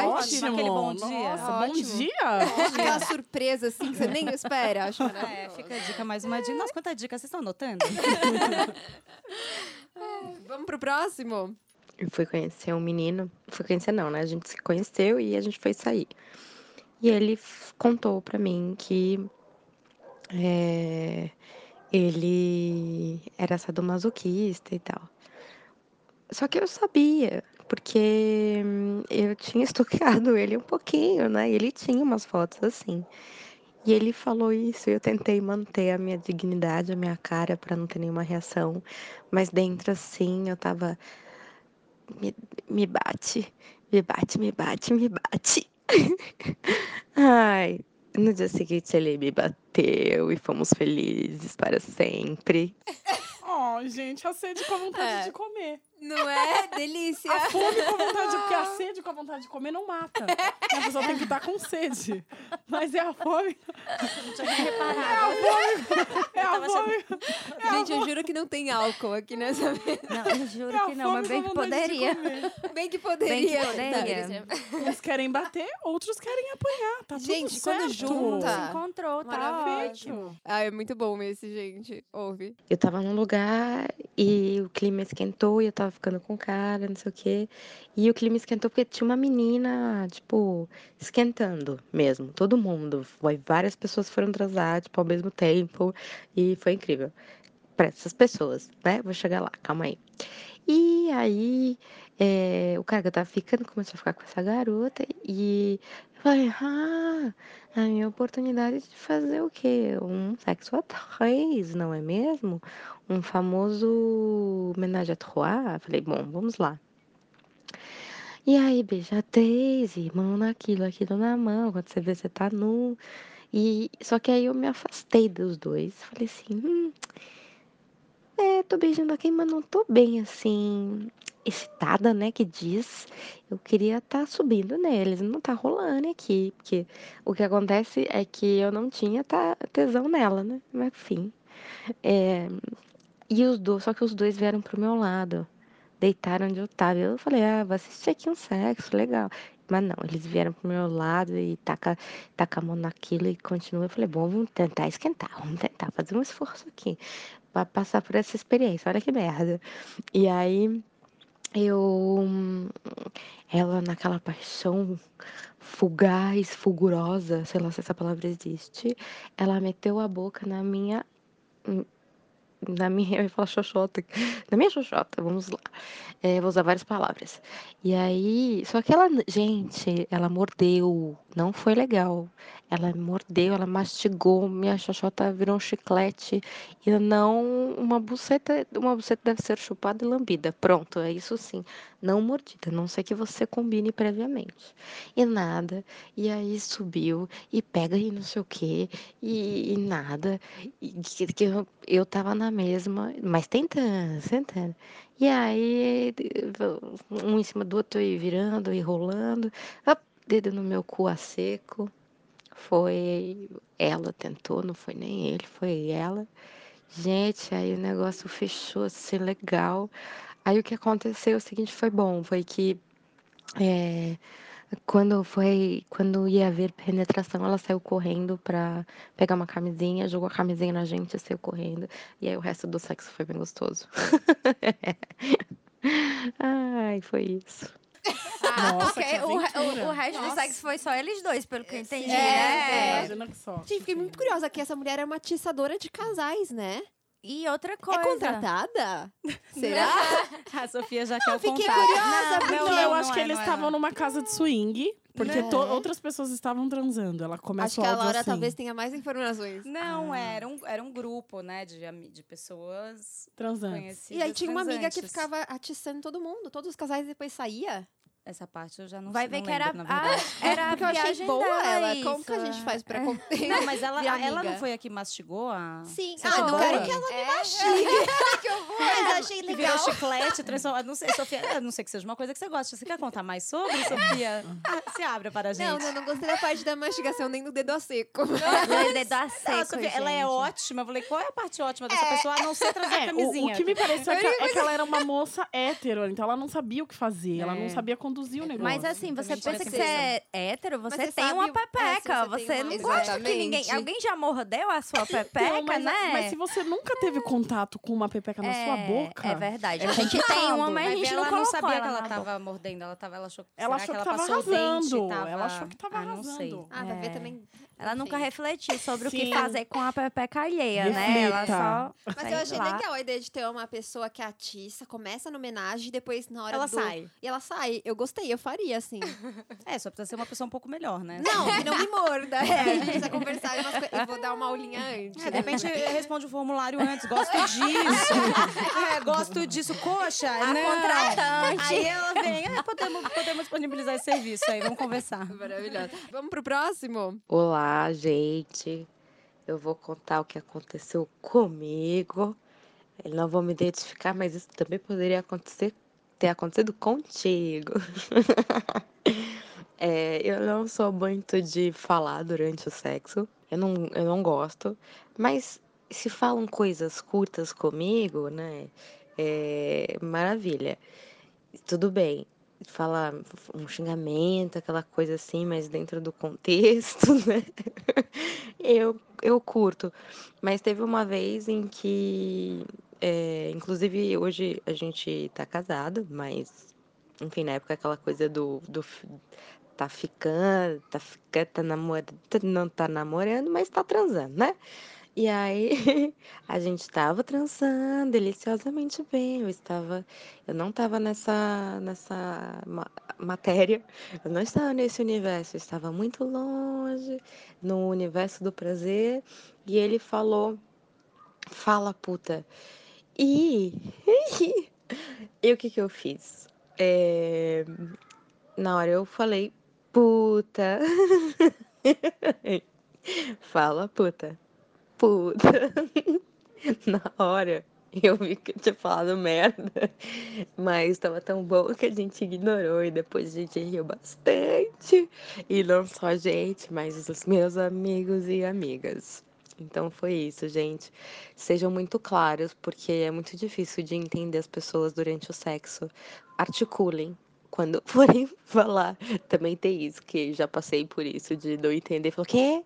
[SPEAKER 3] ótimo. Aquele bom dia.
[SPEAKER 5] Nossa,
[SPEAKER 1] Ótimo.
[SPEAKER 5] bom dia.
[SPEAKER 1] Aquela surpresa assim que você nem espera. Acho
[SPEAKER 3] É,
[SPEAKER 1] maravilhoso.
[SPEAKER 3] fica a dica, mais uma dica. Nossa, quanta dica, vocês estão notando?
[SPEAKER 1] Vamos pro próximo?
[SPEAKER 10] Eu fui conhecer um menino, fui conhecer não, né? A gente se conheceu e a gente foi sair. E ele f- contou pra mim que é, ele era sadomasoquista e tal. Só que eu sabia, porque hum, eu tinha estocado ele um pouquinho, né? E ele tinha umas fotos assim. E ele falou isso, e eu tentei manter a minha dignidade, a minha cara, pra não ter nenhuma reação. Mas dentro, assim, eu tava me bate, me bate, me bate, me bate. Ai, no dia seguinte ele me bateu e fomos felizes para sempre.
[SPEAKER 5] Ó, gente, a sede com a vontade
[SPEAKER 1] É.
[SPEAKER 5] de comer.
[SPEAKER 1] Não é? Delícia!
[SPEAKER 5] A fome com a vontade, porque a sede com a vontade de comer não mata. A pessoa tem que estar com sede. Mas é a fome. É a
[SPEAKER 3] tava
[SPEAKER 5] fome.
[SPEAKER 1] Gente, eu juro que não tem álcool aqui nessa mesa.
[SPEAKER 2] Não, eu
[SPEAKER 5] É
[SPEAKER 2] juro
[SPEAKER 5] a
[SPEAKER 2] que não,
[SPEAKER 5] fome
[SPEAKER 2] mas bem
[SPEAKER 5] com
[SPEAKER 2] que
[SPEAKER 5] vontade de
[SPEAKER 2] poderia.
[SPEAKER 5] comer.
[SPEAKER 1] Bem que
[SPEAKER 2] Bem que
[SPEAKER 1] poderia. Tá,
[SPEAKER 6] Tá,
[SPEAKER 2] poderia.
[SPEAKER 5] Uns querem bater, outros querem apanhar. Tá tudo
[SPEAKER 1] Gente, quando
[SPEAKER 5] certo.
[SPEAKER 1] junta,
[SPEAKER 2] Se encontrou, tá
[SPEAKER 1] Maravilha.
[SPEAKER 2] ótimo.
[SPEAKER 1] Ah, é muito bom esse, gente. Ouve.
[SPEAKER 10] Eu tava num lugar e o clima esquentou e eu tava ficando com o cara, não sei o quê. E o clima esquentou porque tinha uma menina, tipo, esquentando mesmo. Todo mundo. Vai- Várias pessoas foram transar, tipo, ao mesmo tempo. E foi incrível. Pra essas pessoas, né? Vou chegar lá, calma aí. E aí, é, o cara que eu tava ficando começou a ficar com essa garota e eu falei, ah, a minha oportunidade de fazer o quê? Um sexo a três, não é mesmo? Um famoso ménage à trois. Eu Falei, bom, vamos lá. E aí, beija três, e mão naquilo, aquilo na mão, quando você vê, você tá nu. E, só que aí eu me afastei dos dois. Falei assim, hum, é, tô beijando aqui, mas não tô bem assim, excitada, né? Que diz. Eu queria estar subindo neles, não tá rolando aqui. Porque o que acontece é que eu não tinha tá, tesão nela, né? Mas enfim. É, e os dois, só que os dois vieram pro meu lado, deitaram onde eu tava. Eu falei, ah, vou assistir aqui um sexo, legal. Mas não, eles vieram pro meu lado e tá taca, taca a mão naquilo e continua. Eu falei, bom, vamos tentar esquentar, vamos tentar fazer um esforço aqui pra passar por essa experiência. Olha que merda. E aí eu hum, ela naquela paixão fugaz, fulgurosa, sei lá se essa palavra existe, ela meteu a boca na minha na minha, eu ia falar xoxota, na minha xoxota, vamos lá. É, vou usar várias palavras. E aí, só que ela, gente, ela mordeu, não foi legal. Ela mordeu, ela mastigou, minha xoxota virou um chiclete e não uma buceta, uma buceta deve ser chupada e lambida. Pronto, é isso sim, não mordida, a não sei que você combine previamente. E nada, e aí subiu e pega e não sei o quê, e- e nada. E que, que eu, eu tava na mesma, mas tentando, tentando. E aí, um em cima do outro, e virando e rolando. Op, dedo no meu cu a seco. Foi ela tentou, não foi nem ele, foi ela. Gente, aí o negócio fechou assim, legal. Aí o que aconteceu, é o seguinte foi bom, foi que é, quando foi, quando ia haver penetração, ela saiu correndo pra pegar uma camisinha, jogou a camisinha na gente, saiu correndo. E aí o resto do sexo foi bem gostoso. Ai, foi isso.
[SPEAKER 5] Nossa,
[SPEAKER 2] Porque
[SPEAKER 5] que
[SPEAKER 2] o, re-
[SPEAKER 5] aventura.
[SPEAKER 2] o, o resto do sexo foi só eles dois, pelo que eu entendi, né?
[SPEAKER 1] É.
[SPEAKER 5] Imagina que só.
[SPEAKER 1] Gente, fiquei muito curiosa que essa mulher é uma atiçadora de casais, né?
[SPEAKER 2] E outra coisa.
[SPEAKER 1] É contratada? Será?
[SPEAKER 3] A Sofia já quer o
[SPEAKER 1] Fiquei
[SPEAKER 3] contato.
[SPEAKER 1] curiosa, porque...
[SPEAKER 5] Não, eu acho que eles
[SPEAKER 2] não é,
[SPEAKER 5] estavam numa casa de swing, porque
[SPEAKER 1] Não. é?
[SPEAKER 5] to- outras pessoas estavam transando. Ela
[SPEAKER 1] Acho
[SPEAKER 5] começou
[SPEAKER 1] que a
[SPEAKER 5] algo
[SPEAKER 1] Laura
[SPEAKER 5] assim.
[SPEAKER 1] talvez tenha mais informações.
[SPEAKER 3] é. Não, era, um, era um grupo, né, de, ami- de pessoas
[SPEAKER 5] Transando.
[SPEAKER 3] conhecidas.
[SPEAKER 1] E aí tinha uma amiga que
[SPEAKER 3] transantes.
[SPEAKER 1] ficava atiçando todo mundo, todos os casais e depois saía.
[SPEAKER 3] Essa parte eu já não sei,
[SPEAKER 2] Vai ver
[SPEAKER 3] não
[SPEAKER 2] que era,
[SPEAKER 3] lembro, na
[SPEAKER 2] a,
[SPEAKER 3] verdade.
[SPEAKER 2] era a
[SPEAKER 1] É, Porque eu achei
[SPEAKER 2] viagem
[SPEAKER 1] boa
[SPEAKER 2] dela,
[SPEAKER 1] ela. Como que a
[SPEAKER 2] isso.
[SPEAKER 1] gente faz pra... con-
[SPEAKER 3] é. Não, mas ela,
[SPEAKER 1] Minha
[SPEAKER 3] ela
[SPEAKER 1] amiga.
[SPEAKER 3] não foi a que mastigou a.
[SPEAKER 1] Sim,
[SPEAKER 3] Você
[SPEAKER 1] ah, não
[SPEAKER 3] achou
[SPEAKER 1] quero
[SPEAKER 3] boa?
[SPEAKER 1] que ela
[SPEAKER 6] É. que horror!
[SPEAKER 1] Mas achei
[SPEAKER 3] É, Que virou
[SPEAKER 1] legal.
[SPEAKER 3] chiclete, transformou. Não sei, Sofia, a não sei que seja uma coisa que você gosta. Você quer contar mais sobre, Sofia? Ah, Se abra para a gente.
[SPEAKER 1] Não, não, não gostei da parte da mastigação nem do dedo a seco.
[SPEAKER 2] Ela é dedo a
[SPEAKER 3] Não,
[SPEAKER 2] seco,
[SPEAKER 3] Sofia, ela é
[SPEAKER 2] gente.
[SPEAKER 3] ótima. Eu falei, qual é a parte ótima dessa pessoa? A não ser trazer a
[SPEAKER 5] É, o,
[SPEAKER 3] camisinha.
[SPEAKER 5] o que me pareceu é que, é que ela era uma moça hétero, então ela não sabia o que fazer, ela não
[SPEAKER 3] É.
[SPEAKER 5] sabia conduzir o negócio.
[SPEAKER 2] Mas assim, você
[SPEAKER 3] também tinha
[SPEAKER 2] pensa que
[SPEAKER 3] essa
[SPEAKER 2] você é hétero, você,
[SPEAKER 1] você
[SPEAKER 2] tem
[SPEAKER 1] sabe o-
[SPEAKER 2] uma
[SPEAKER 1] é, se
[SPEAKER 2] pepeca.
[SPEAKER 1] você
[SPEAKER 2] você
[SPEAKER 1] tem uma-
[SPEAKER 2] não gosta que
[SPEAKER 6] Exatamente.
[SPEAKER 2] ninguém. Alguém já mordeu a sua pepeca,
[SPEAKER 5] Então, mas,
[SPEAKER 2] né?
[SPEAKER 5] mas se você nunca teve contato com uma pepeca na sua
[SPEAKER 2] É,
[SPEAKER 5] boca,
[SPEAKER 2] É verdade. a gente tem uma, mas a
[SPEAKER 3] Mas
[SPEAKER 2] gente
[SPEAKER 3] ela
[SPEAKER 2] não
[SPEAKER 3] não
[SPEAKER 2] colocou
[SPEAKER 3] sabia que
[SPEAKER 2] ela
[SPEAKER 3] ela
[SPEAKER 2] na boca.
[SPEAKER 3] tava mordendo. Ela, tava, ela achou,
[SPEAKER 5] Ela
[SPEAKER 3] será
[SPEAKER 5] achou
[SPEAKER 3] que ela
[SPEAKER 5] que tava
[SPEAKER 3] passou o dente
[SPEAKER 5] arrasando,
[SPEAKER 3] e tava...
[SPEAKER 5] ela achou que tava
[SPEAKER 3] ah, não sei.
[SPEAKER 5] arrasando.
[SPEAKER 1] Ah, vai ver
[SPEAKER 2] É.
[SPEAKER 1] também.
[SPEAKER 2] Ela nunca
[SPEAKER 1] Enfim.
[SPEAKER 2] refletiu sobre o que
[SPEAKER 5] Sim.
[SPEAKER 2] fazer com a pepeca alheia, né? Ela
[SPEAKER 5] Reflita.
[SPEAKER 2] só.
[SPEAKER 1] Mas
[SPEAKER 2] sei
[SPEAKER 3] tá
[SPEAKER 1] eu achei
[SPEAKER 2] lá.
[SPEAKER 1] legal a ideia de ter uma pessoa que atiça, começa no homenagem, depois na hora
[SPEAKER 3] Ela
[SPEAKER 1] do...
[SPEAKER 3] sai.
[SPEAKER 1] E ela sai. Eu gostei, eu faria, assim.
[SPEAKER 3] É, só precisa ser uma pessoa um pouco melhor, né?
[SPEAKER 1] Não, que não me morda. É, a gente precisa conversar umas coisas. Eu vou dar uma aulinha antes. né?
[SPEAKER 3] É, de repente responde o formulário antes. Gosto disso. é, gosto disso. Coxa,
[SPEAKER 2] A
[SPEAKER 3] não.
[SPEAKER 2] contratante.
[SPEAKER 3] Aí ela vem. "Ah, podemos, podemos disponibilizar esse serviço aí. Vamos conversar.
[SPEAKER 1] Maravilhosa. Vamos pro próximo?
[SPEAKER 10] Olá, gente. Eu vou contar o que aconteceu comigo. Eu não vou me identificar, mas isso também poderia acontecer, ter acontecido contigo. É, eu não sou muito de falar durante o sexo. Eu não, eu não gosto. Mas se falam coisas curtas comigo, né? É, maravilha. Tudo bem. Falar um xingamento, aquela coisa assim, mas dentro do contexto, né? Eu, eu curto. Mas teve uma vez em que. é, inclusive, hoje a gente tá casado, mas. Enfim, na época aquela coisa do, do f- tá ficando, tá ficando, tá namorando, não tá namorando, mas tá transando, né? E aí a gente tava transando deliciosamente bem. Eu estava, eu não tava nessa nessa ma- matéria, eu não estava nesse universo, eu estava muito longe no universo do prazer. E ele falou, fala puta. E, e o que que eu fiz? É, na hora eu falei, puta. Fala, puta. Puta. na hora eu vi que eu tinha falado merda. Mas tava tão bom que a gente ignorou e depois a gente riu bastante. E não só a gente, mas os meus amigos e amigas. Então foi isso, gente. Sejam muito claros, porque é muito difícil de entender as pessoas durante o sexo. Articulem quando forem falar. Também tem isso, que já passei por isso, de não entender. Falou, quê?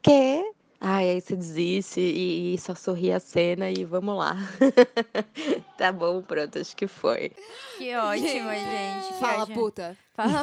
[SPEAKER 10] Quê? Ai, aí você desiste e, e só sorri a cena e vamos lá. tá bom, pronto, acho que foi.
[SPEAKER 2] Que ótimo, gente. que
[SPEAKER 1] Fala,
[SPEAKER 2] ótimo.
[SPEAKER 1] puta.
[SPEAKER 2] Fala,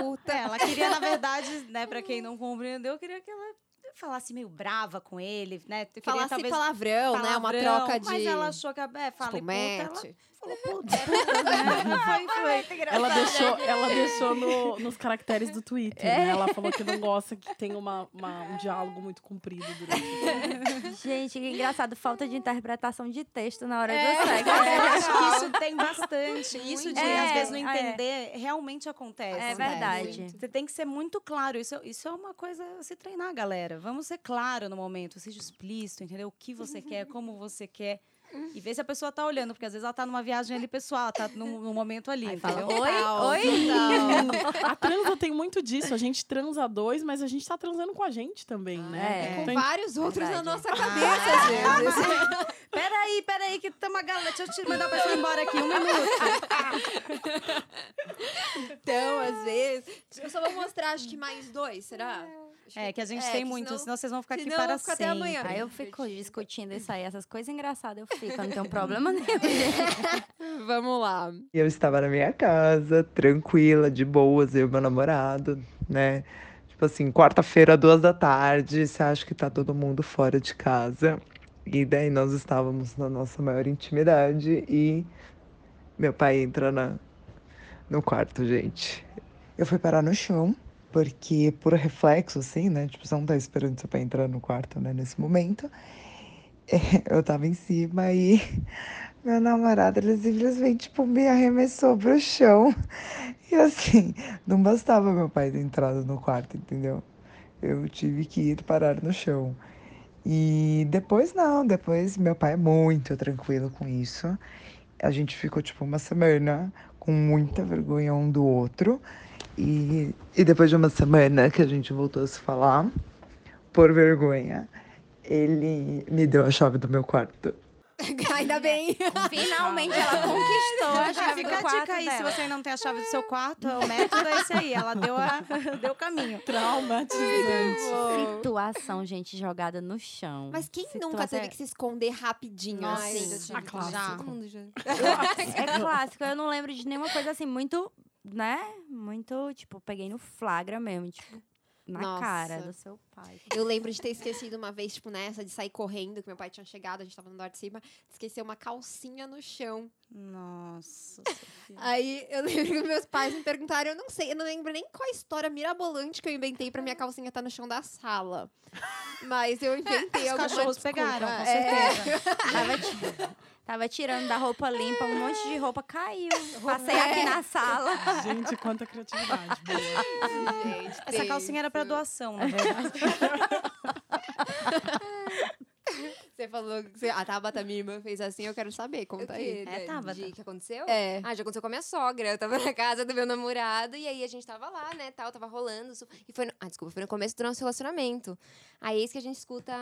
[SPEAKER 3] Puta, É, ela queria, na verdade, né, pra quem não compreendeu, eu queria que ela falasse meio brava com ele, né? Eu queria,
[SPEAKER 1] Falasse
[SPEAKER 3] talvez,
[SPEAKER 1] palavrão, né? Uma
[SPEAKER 3] palavrão,
[SPEAKER 1] troca de... tipo,
[SPEAKER 3] Mas ela achou que a é, fala e puta, ela
[SPEAKER 1] espumete.
[SPEAKER 3] falou puta, puta, né? Foi, foi.
[SPEAKER 5] Ela deixou, ela deixou no- nos caracteres do Twitter,
[SPEAKER 2] É.
[SPEAKER 5] né? Ela falou que não gosta que tem uma, uma- um diálogo muito comprido durante.
[SPEAKER 2] Gente, que engraçado. Falta de interpretação de texto na hora do
[SPEAKER 3] É,
[SPEAKER 2] sexo.
[SPEAKER 3] eu acho que isso tem bastante. Isso de,
[SPEAKER 2] É,
[SPEAKER 3] às vezes, não
[SPEAKER 2] é.
[SPEAKER 3] entender, realmente acontece. né?
[SPEAKER 2] É verdade.
[SPEAKER 3] Você tem que ser muito claro. Isso, isso é uma coisa a se
[SPEAKER 2] Uhum.
[SPEAKER 3] treinar, galera. Vamos ser claro no momento. Seja explícito, entendeu? O que você quer, como você quer. E ver se a pessoa tá olhando, porque às vezes ela tá numa viagem ali pessoal, ela tá num, num momento ali.
[SPEAKER 2] fala,
[SPEAKER 3] entendeu?
[SPEAKER 2] "Oi,
[SPEAKER 3] Tal.
[SPEAKER 2] oi,
[SPEAKER 5] A transa tem muito disso. A gente transa dois, mas a gente tá transando com a gente também, né?
[SPEAKER 2] é.
[SPEAKER 1] Com
[SPEAKER 5] Então,
[SPEAKER 1] vários outros
[SPEAKER 2] Verdade. Ah, é
[SPEAKER 1] na nossa cabeça, gente.
[SPEAKER 3] Ah. Peraí, peraí, que tem uma galera. Deixa eu te mandar a pessoa embora aqui, um minuto.
[SPEAKER 1] Então, às vezes. Eu só vou mostrar, acho que mais dois, será? Acho
[SPEAKER 3] É, que a gente
[SPEAKER 1] é,
[SPEAKER 3] tem
[SPEAKER 1] que
[SPEAKER 3] muito, senão,
[SPEAKER 1] senão-
[SPEAKER 3] vocês vão ficar aqui
[SPEAKER 1] senão eu
[SPEAKER 3] para
[SPEAKER 1] fico até
[SPEAKER 3] sempre.
[SPEAKER 1] amanhã.
[SPEAKER 2] Aí eu fico discutindo isso aí, essas coisas engraçadas eu fico, eu não tenho problema nenhum. gente.
[SPEAKER 1] Vamos lá.
[SPEAKER 11] E eu estava na minha casa, tranquila, de boas, eu e meu namorado, né? Tipo assim, quarta-feira, duas da tarde, você acha que tá todo mundo fora de casa. E daí nós estávamos na nossa maior intimidade e meu pai entra na, no quarto, gente. Eu fui parar no chão, porque por reflexo, assim, né? Tipo, você não tá esperando seu pai entrar no quarto, né? Nesse momento. Eu tava em cima e meu namorado, ele simplesmente, tipo, me arremessou pro chão. E assim, não bastava meu pai ter entrado no quarto, entendeu? Eu tive que ir parar no chão. E depois não, depois meu pai é muito tranquilo com isso. A gente ficou, tipo, uma semana com muita vergonha um do outro. E, e depois de uma semana que a gente voltou a se falar, por vergonha, ele me deu a chave do meu quarto.
[SPEAKER 1] Ainda bem.
[SPEAKER 2] Finalmente ela conquistou
[SPEAKER 3] Já
[SPEAKER 2] a chave
[SPEAKER 3] fica
[SPEAKER 2] do
[SPEAKER 3] a
[SPEAKER 2] quarto
[SPEAKER 3] dica aí, se
[SPEAKER 2] dela.
[SPEAKER 3] você não tem a chave do seu quarto, o método é esse aí. Ela deu, a, deu o caminho.
[SPEAKER 5] traumatizante.
[SPEAKER 2] Situação, gente, jogada no chão.
[SPEAKER 1] Mas quem
[SPEAKER 2] Situação-
[SPEAKER 1] nunca teve que se esconder rapidinho,
[SPEAKER 3] Nossa,
[SPEAKER 1] assim?
[SPEAKER 3] já tive que- já.
[SPEAKER 6] Todo mundo já.
[SPEAKER 2] É clássico, eu não lembro de nenhuma coisa assim muito, né? Muito, tipo, peguei no flagra mesmo, tipo, na
[SPEAKER 1] Nossa.
[SPEAKER 2] cara do seu pai.
[SPEAKER 1] Eu lembro de ter esquecido uma vez, tipo, nessa, de sair correndo, que meu pai tinha chegado, a gente tava no andar de cima, esqueceu uma calcinha no chão.
[SPEAKER 3] Nossa.
[SPEAKER 1] Aí eu lembro que meus pais me perguntaram, eu não sei, eu não lembro nem qual a história mirabolante que eu inventei pra minha calcinha estar no chão da sala. Mas eu inventei
[SPEAKER 3] Os
[SPEAKER 1] alguma
[SPEAKER 3] cachorros
[SPEAKER 1] desculpa.
[SPEAKER 3] pegaram, com
[SPEAKER 1] É,
[SPEAKER 3] certeza.
[SPEAKER 2] Tava, ti- tava tirando da roupa limpa, um monte de roupa caiu. Passei
[SPEAKER 3] é.
[SPEAKER 2] aqui na sala.
[SPEAKER 5] Gente, quanta criatividade. boa.
[SPEAKER 1] gente,
[SPEAKER 3] Essa calcinha era pra
[SPEAKER 1] tenso.
[SPEAKER 3] doação, né? na verdade.
[SPEAKER 1] Você falou que você- a Tabata, minha irmã, fez assim, eu quero saber, conta aí.
[SPEAKER 3] É, Tabata.
[SPEAKER 6] O que aconteceu?
[SPEAKER 1] É.
[SPEAKER 6] Ah, já aconteceu com a minha sogra. Eu tava na casa do meu namorado e aí a gente tava lá, né, tal, tava rolando. su- E foi no... Ah, desculpa, foi no começo do nosso relacionamento. Aí é isso que a gente escuta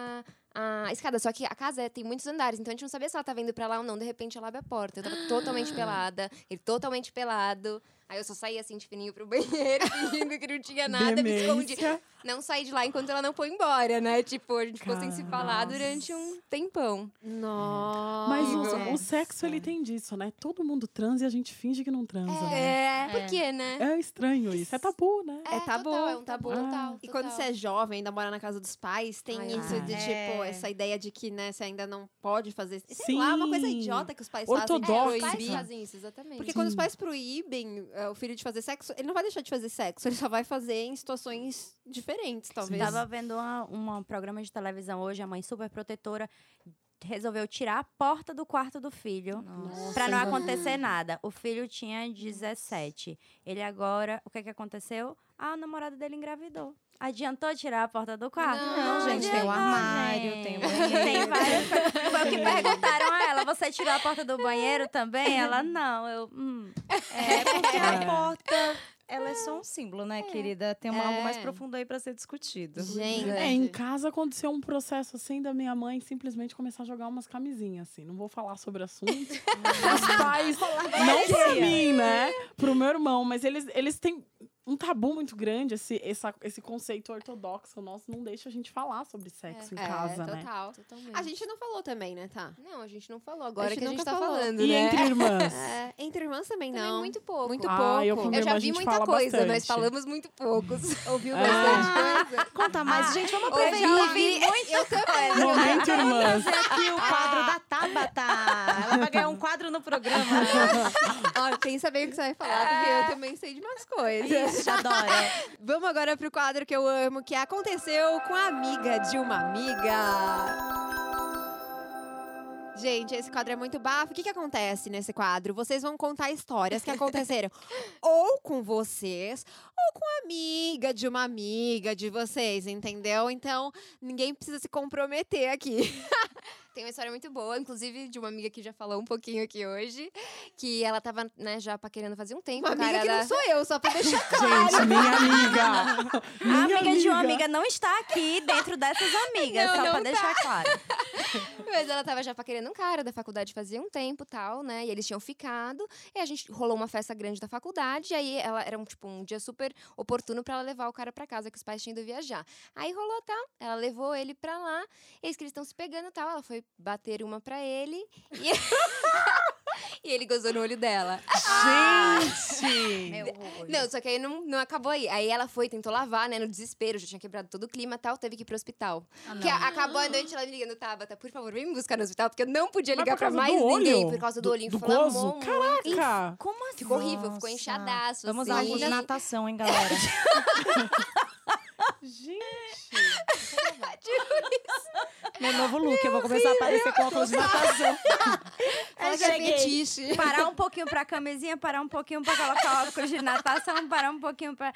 [SPEAKER 6] a, a escada. Só que a casa é- tem muitos andares, então a gente não sabia se ela tava indo pra lá ou não. De repente ela abre a porta. Eu tava totalmente pelada, ele totalmente pelado. Aí eu só saí assim de fininho pro banheiro, fingindo que não tinha nada, me escondi.
[SPEAKER 5] Demência.
[SPEAKER 6] Não saí de lá enquanto ela não foi embora, né? Tipo, a gente ficou sem se falar durante um tempão.
[SPEAKER 1] Nossa.
[SPEAKER 5] Mas o,
[SPEAKER 3] Nossa.
[SPEAKER 5] o sexo, ele tem disso, né? Todo mundo transa e a gente finge que não transa. né?
[SPEAKER 1] É.
[SPEAKER 6] Por quê, né?
[SPEAKER 5] É, estranho isso. É tabu, né?
[SPEAKER 1] É tabu,
[SPEAKER 6] total, é um tabu
[SPEAKER 5] Ah.
[SPEAKER 6] total.
[SPEAKER 1] E quando
[SPEAKER 6] total.
[SPEAKER 1] você é jovem, ainda mora na casa dos pais, tem
[SPEAKER 6] Ai,
[SPEAKER 1] isso
[SPEAKER 2] ai.
[SPEAKER 1] de, tipo,
[SPEAKER 3] É.
[SPEAKER 1] essa ideia de que, né, você ainda não pode fazer. Sei lá, uma coisa
[SPEAKER 5] Sim.
[SPEAKER 1] idiota que os pais
[SPEAKER 5] Ortodoxa.
[SPEAKER 6] É,
[SPEAKER 1] fazem.
[SPEAKER 6] Os pais
[SPEAKER 5] Proibir.
[SPEAKER 6] fazem isso, exatamente.
[SPEAKER 1] Porque quando os pais proíbem eh, o filho de fazer sexo, ele não vai deixar de fazer sexo, ele só vai fazer em situações diferentes, talvez.
[SPEAKER 2] Tava vendo uma- uma- um programa de televisão hoje, a mãe super protetora resolveu tirar a porta do quarto do filho pra não acontecer nada. O filho tinha 17. Ele agora, o que que aconteceu? Ah, a namorada dele engravidou. Adiantou tirar a porta do quarto?
[SPEAKER 3] Não, gente, tem o
[SPEAKER 2] adiantou,
[SPEAKER 3] armário,
[SPEAKER 2] gente.
[SPEAKER 3] tem o
[SPEAKER 2] Tem
[SPEAKER 3] banheiro.
[SPEAKER 2] várias coisas. Foi o que perguntaram a ela, você tirou a porta do banheiro também? Ela, não. Eu, hum.
[SPEAKER 3] É porque
[SPEAKER 5] É.
[SPEAKER 3] a porta, ela é só um símbolo, né, querida? Tem uma- algo mais
[SPEAKER 1] É.
[SPEAKER 3] profundo aí pra ser discutido.
[SPEAKER 1] Gente.
[SPEAKER 3] né?
[SPEAKER 5] É, em casa aconteceu um processo assim da minha mãe simplesmente começar a jogar umas camisinhas, assim. Não vou falar sobre o assunto. Os pais. Não pra mim, né? Pro meu irmão, mas eles, eles têm um tabu muito grande, esse, essa, esse conceito ortodoxo nosso não deixa a gente falar sobre sexo em
[SPEAKER 1] É,
[SPEAKER 5] casa, né?
[SPEAKER 6] Total.
[SPEAKER 1] A gente não falou também, né, tá?
[SPEAKER 6] Não, a gente não falou. Agora
[SPEAKER 1] A gente
[SPEAKER 6] que a gente
[SPEAKER 1] nunca
[SPEAKER 6] tá
[SPEAKER 1] falou.
[SPEAKER 6] falando,
[SPEAKER 5] E
[SPEAKER 6] né?
[SPEAKER 5] entre irmãs.
[SPEAKER 1] É, entre irmãs também
[SPEAKER 6] Também
[SPEAKER 1] não.
[SPEAKER 6] muito pouco.
[SPEAKER 1] Muito
[SPEAKER 5] Ah,
[SPEAKER 1] pouco.
[SPEAKER 5] eu com-
[SPEAKER 6] Eu
[SPEAKER 5] Irmã,
[SPEAKER 6] já
[SPEAKER 5] a
[SPEAKER 6] vi
[SPEAKER 5] gente
[SPEAKER 6] muita
[SPEAKER 5] fala
[SPEAKER 6] coisa, mas
[SPEAKER 5] bastante.
[SPEAKER 6] falamos muito poucos. Ouviu
[SPEAKER 5] Ah.
[SPEAKER 6] bastante coisa?
[SPEAKER 1] tá,
[SPEAKER 3] Conta mais, gente, vamos
[SPEAKER 6] Ou
[SPEAKER 3] aproveitar.
[SPEAKER 6] já ouvi
[SPEAKER 3] Ah.
[SPEAKER 6] né? muita coisa.
[SPEAKER 5] Momento irmãs.
[SPEAKER 1] né,
[SPEAKER 3] Fazer aqui o quadro da Tabata. Ela vai ganhar um quadro no programa. né? É.
[SPEAKER 1] Ó, pensa bem o que você vai falar, porque eu também sei de umas coisas.
[SPEAKER 3] Ixi, adoro.
[SPEAKER 1] Vamos agora pro quadro que eu amo, que é aconteceu com a amiga de uma amiga. Gente, esse quadro é muito bafo. O que, que acontece nesse quadro? Vocês vão contar histórias que aconteceram ou com vocês, ou com a amiga de uma amiga de vocês, entendeu? Então, ninguém precisa se comprometer aqui.
[SPEAKER 6] Tem uma história muito boa, inclusive de uma amiga que já falou um pouquinho aqui hoje, que ela tava, né, já paquerando fazia um tempo.
[SPEAKER 1] Uma amiga
[SPEAKER 6] cara
[SPEAKER 1] que
[SPEAKER 6] da-
[SPEAKER 1] não sou eu, só pra deixar claro.
[SPEAKER 5] Gente, minha amiga!
[SPEAKER 2] A
[SPEAKER 5] Minha
[SPEAKER 2] amiga, de uma amiga não está aqui dentro dessas amigas,
[SPEAKER 6] Não,
[SPEAKER 2] só
[SPEAKER 6] não tá.
[SPEAKER 2] pra deixar claro.
[SPEAKER 6] Mas ela tava já paquerando um cara da faculdade fazia um tempo tal, né? E eles tinham ficado. E a gente rolou uma festa grande da faculdade. E aí ela era um, tipo, um dia super oportuno pra ela levar o cara pra casa, que os pais tinham ido viajar. Aí rolou tal. Ela levou ele pra lá. Eis que eles estão se pegando tal. Ela foi bater uma pra ele. E, e ele gozou no olho dela.
[SPEAKER 5] Gente!
[SPEAKER 2] Meu olho.
[SPEAKER 6] Não, só que aí não, não acabou aí. Aí ela foi, tentou lavar, né? No desespero, já tinha quebrado todo o clima e tal, teve que ir pro hospital.
[SPEAKER 2] Ah,
[SPEAKER 6] que a- acabou a noite ela me ligando, Tabata, por favor, vem me buscar no hospital, porque eu não podia
[SPEAKER 5] Mas
[SPEAKER 6] ligar
[SPEAKER 5] por
[SPEAKER 6] pra
[SPEAKER 5] causa
[SPEAKER 6] mais
[SPEAKER 5] do olho?
[SPEAKER 6] ninguém por causa do,
[SPEAKER 5] Do-
[SPEAKER 6] olho.
[SPEAKER 5] do
[SPEAKER 6] Inflamou
[SPEAKER 5] gozo?
[SPEAKER 6] muito.
[SPEAKER 5] Caraca!
[SPEAKER 2] Como assim?
[SPEAKER 6] Ficou horrível,
[SPEAKER 3] Nossa.
[SPEAKER 6] ficou inchadaço.
[SPEAKER 2] Vamos
[SPEAKER 6] assim.
[SPEAKER 2] lá, gente.
[SPEAKER 3] de natação, hein, galera?
[SPEAKER 5] Gente!
[SPEAKER 1] é
[SPEAKER 3] Meu novo look, eu vou começar a aparecer com óculos de natação.
[SPEAKER 6] Fala que era é fetiche.
[SPEAKER 2] Parar um pouquinho pra camisinha, parar um pouquinho pra colocar o óculos de natação, parar um pouquinho pra.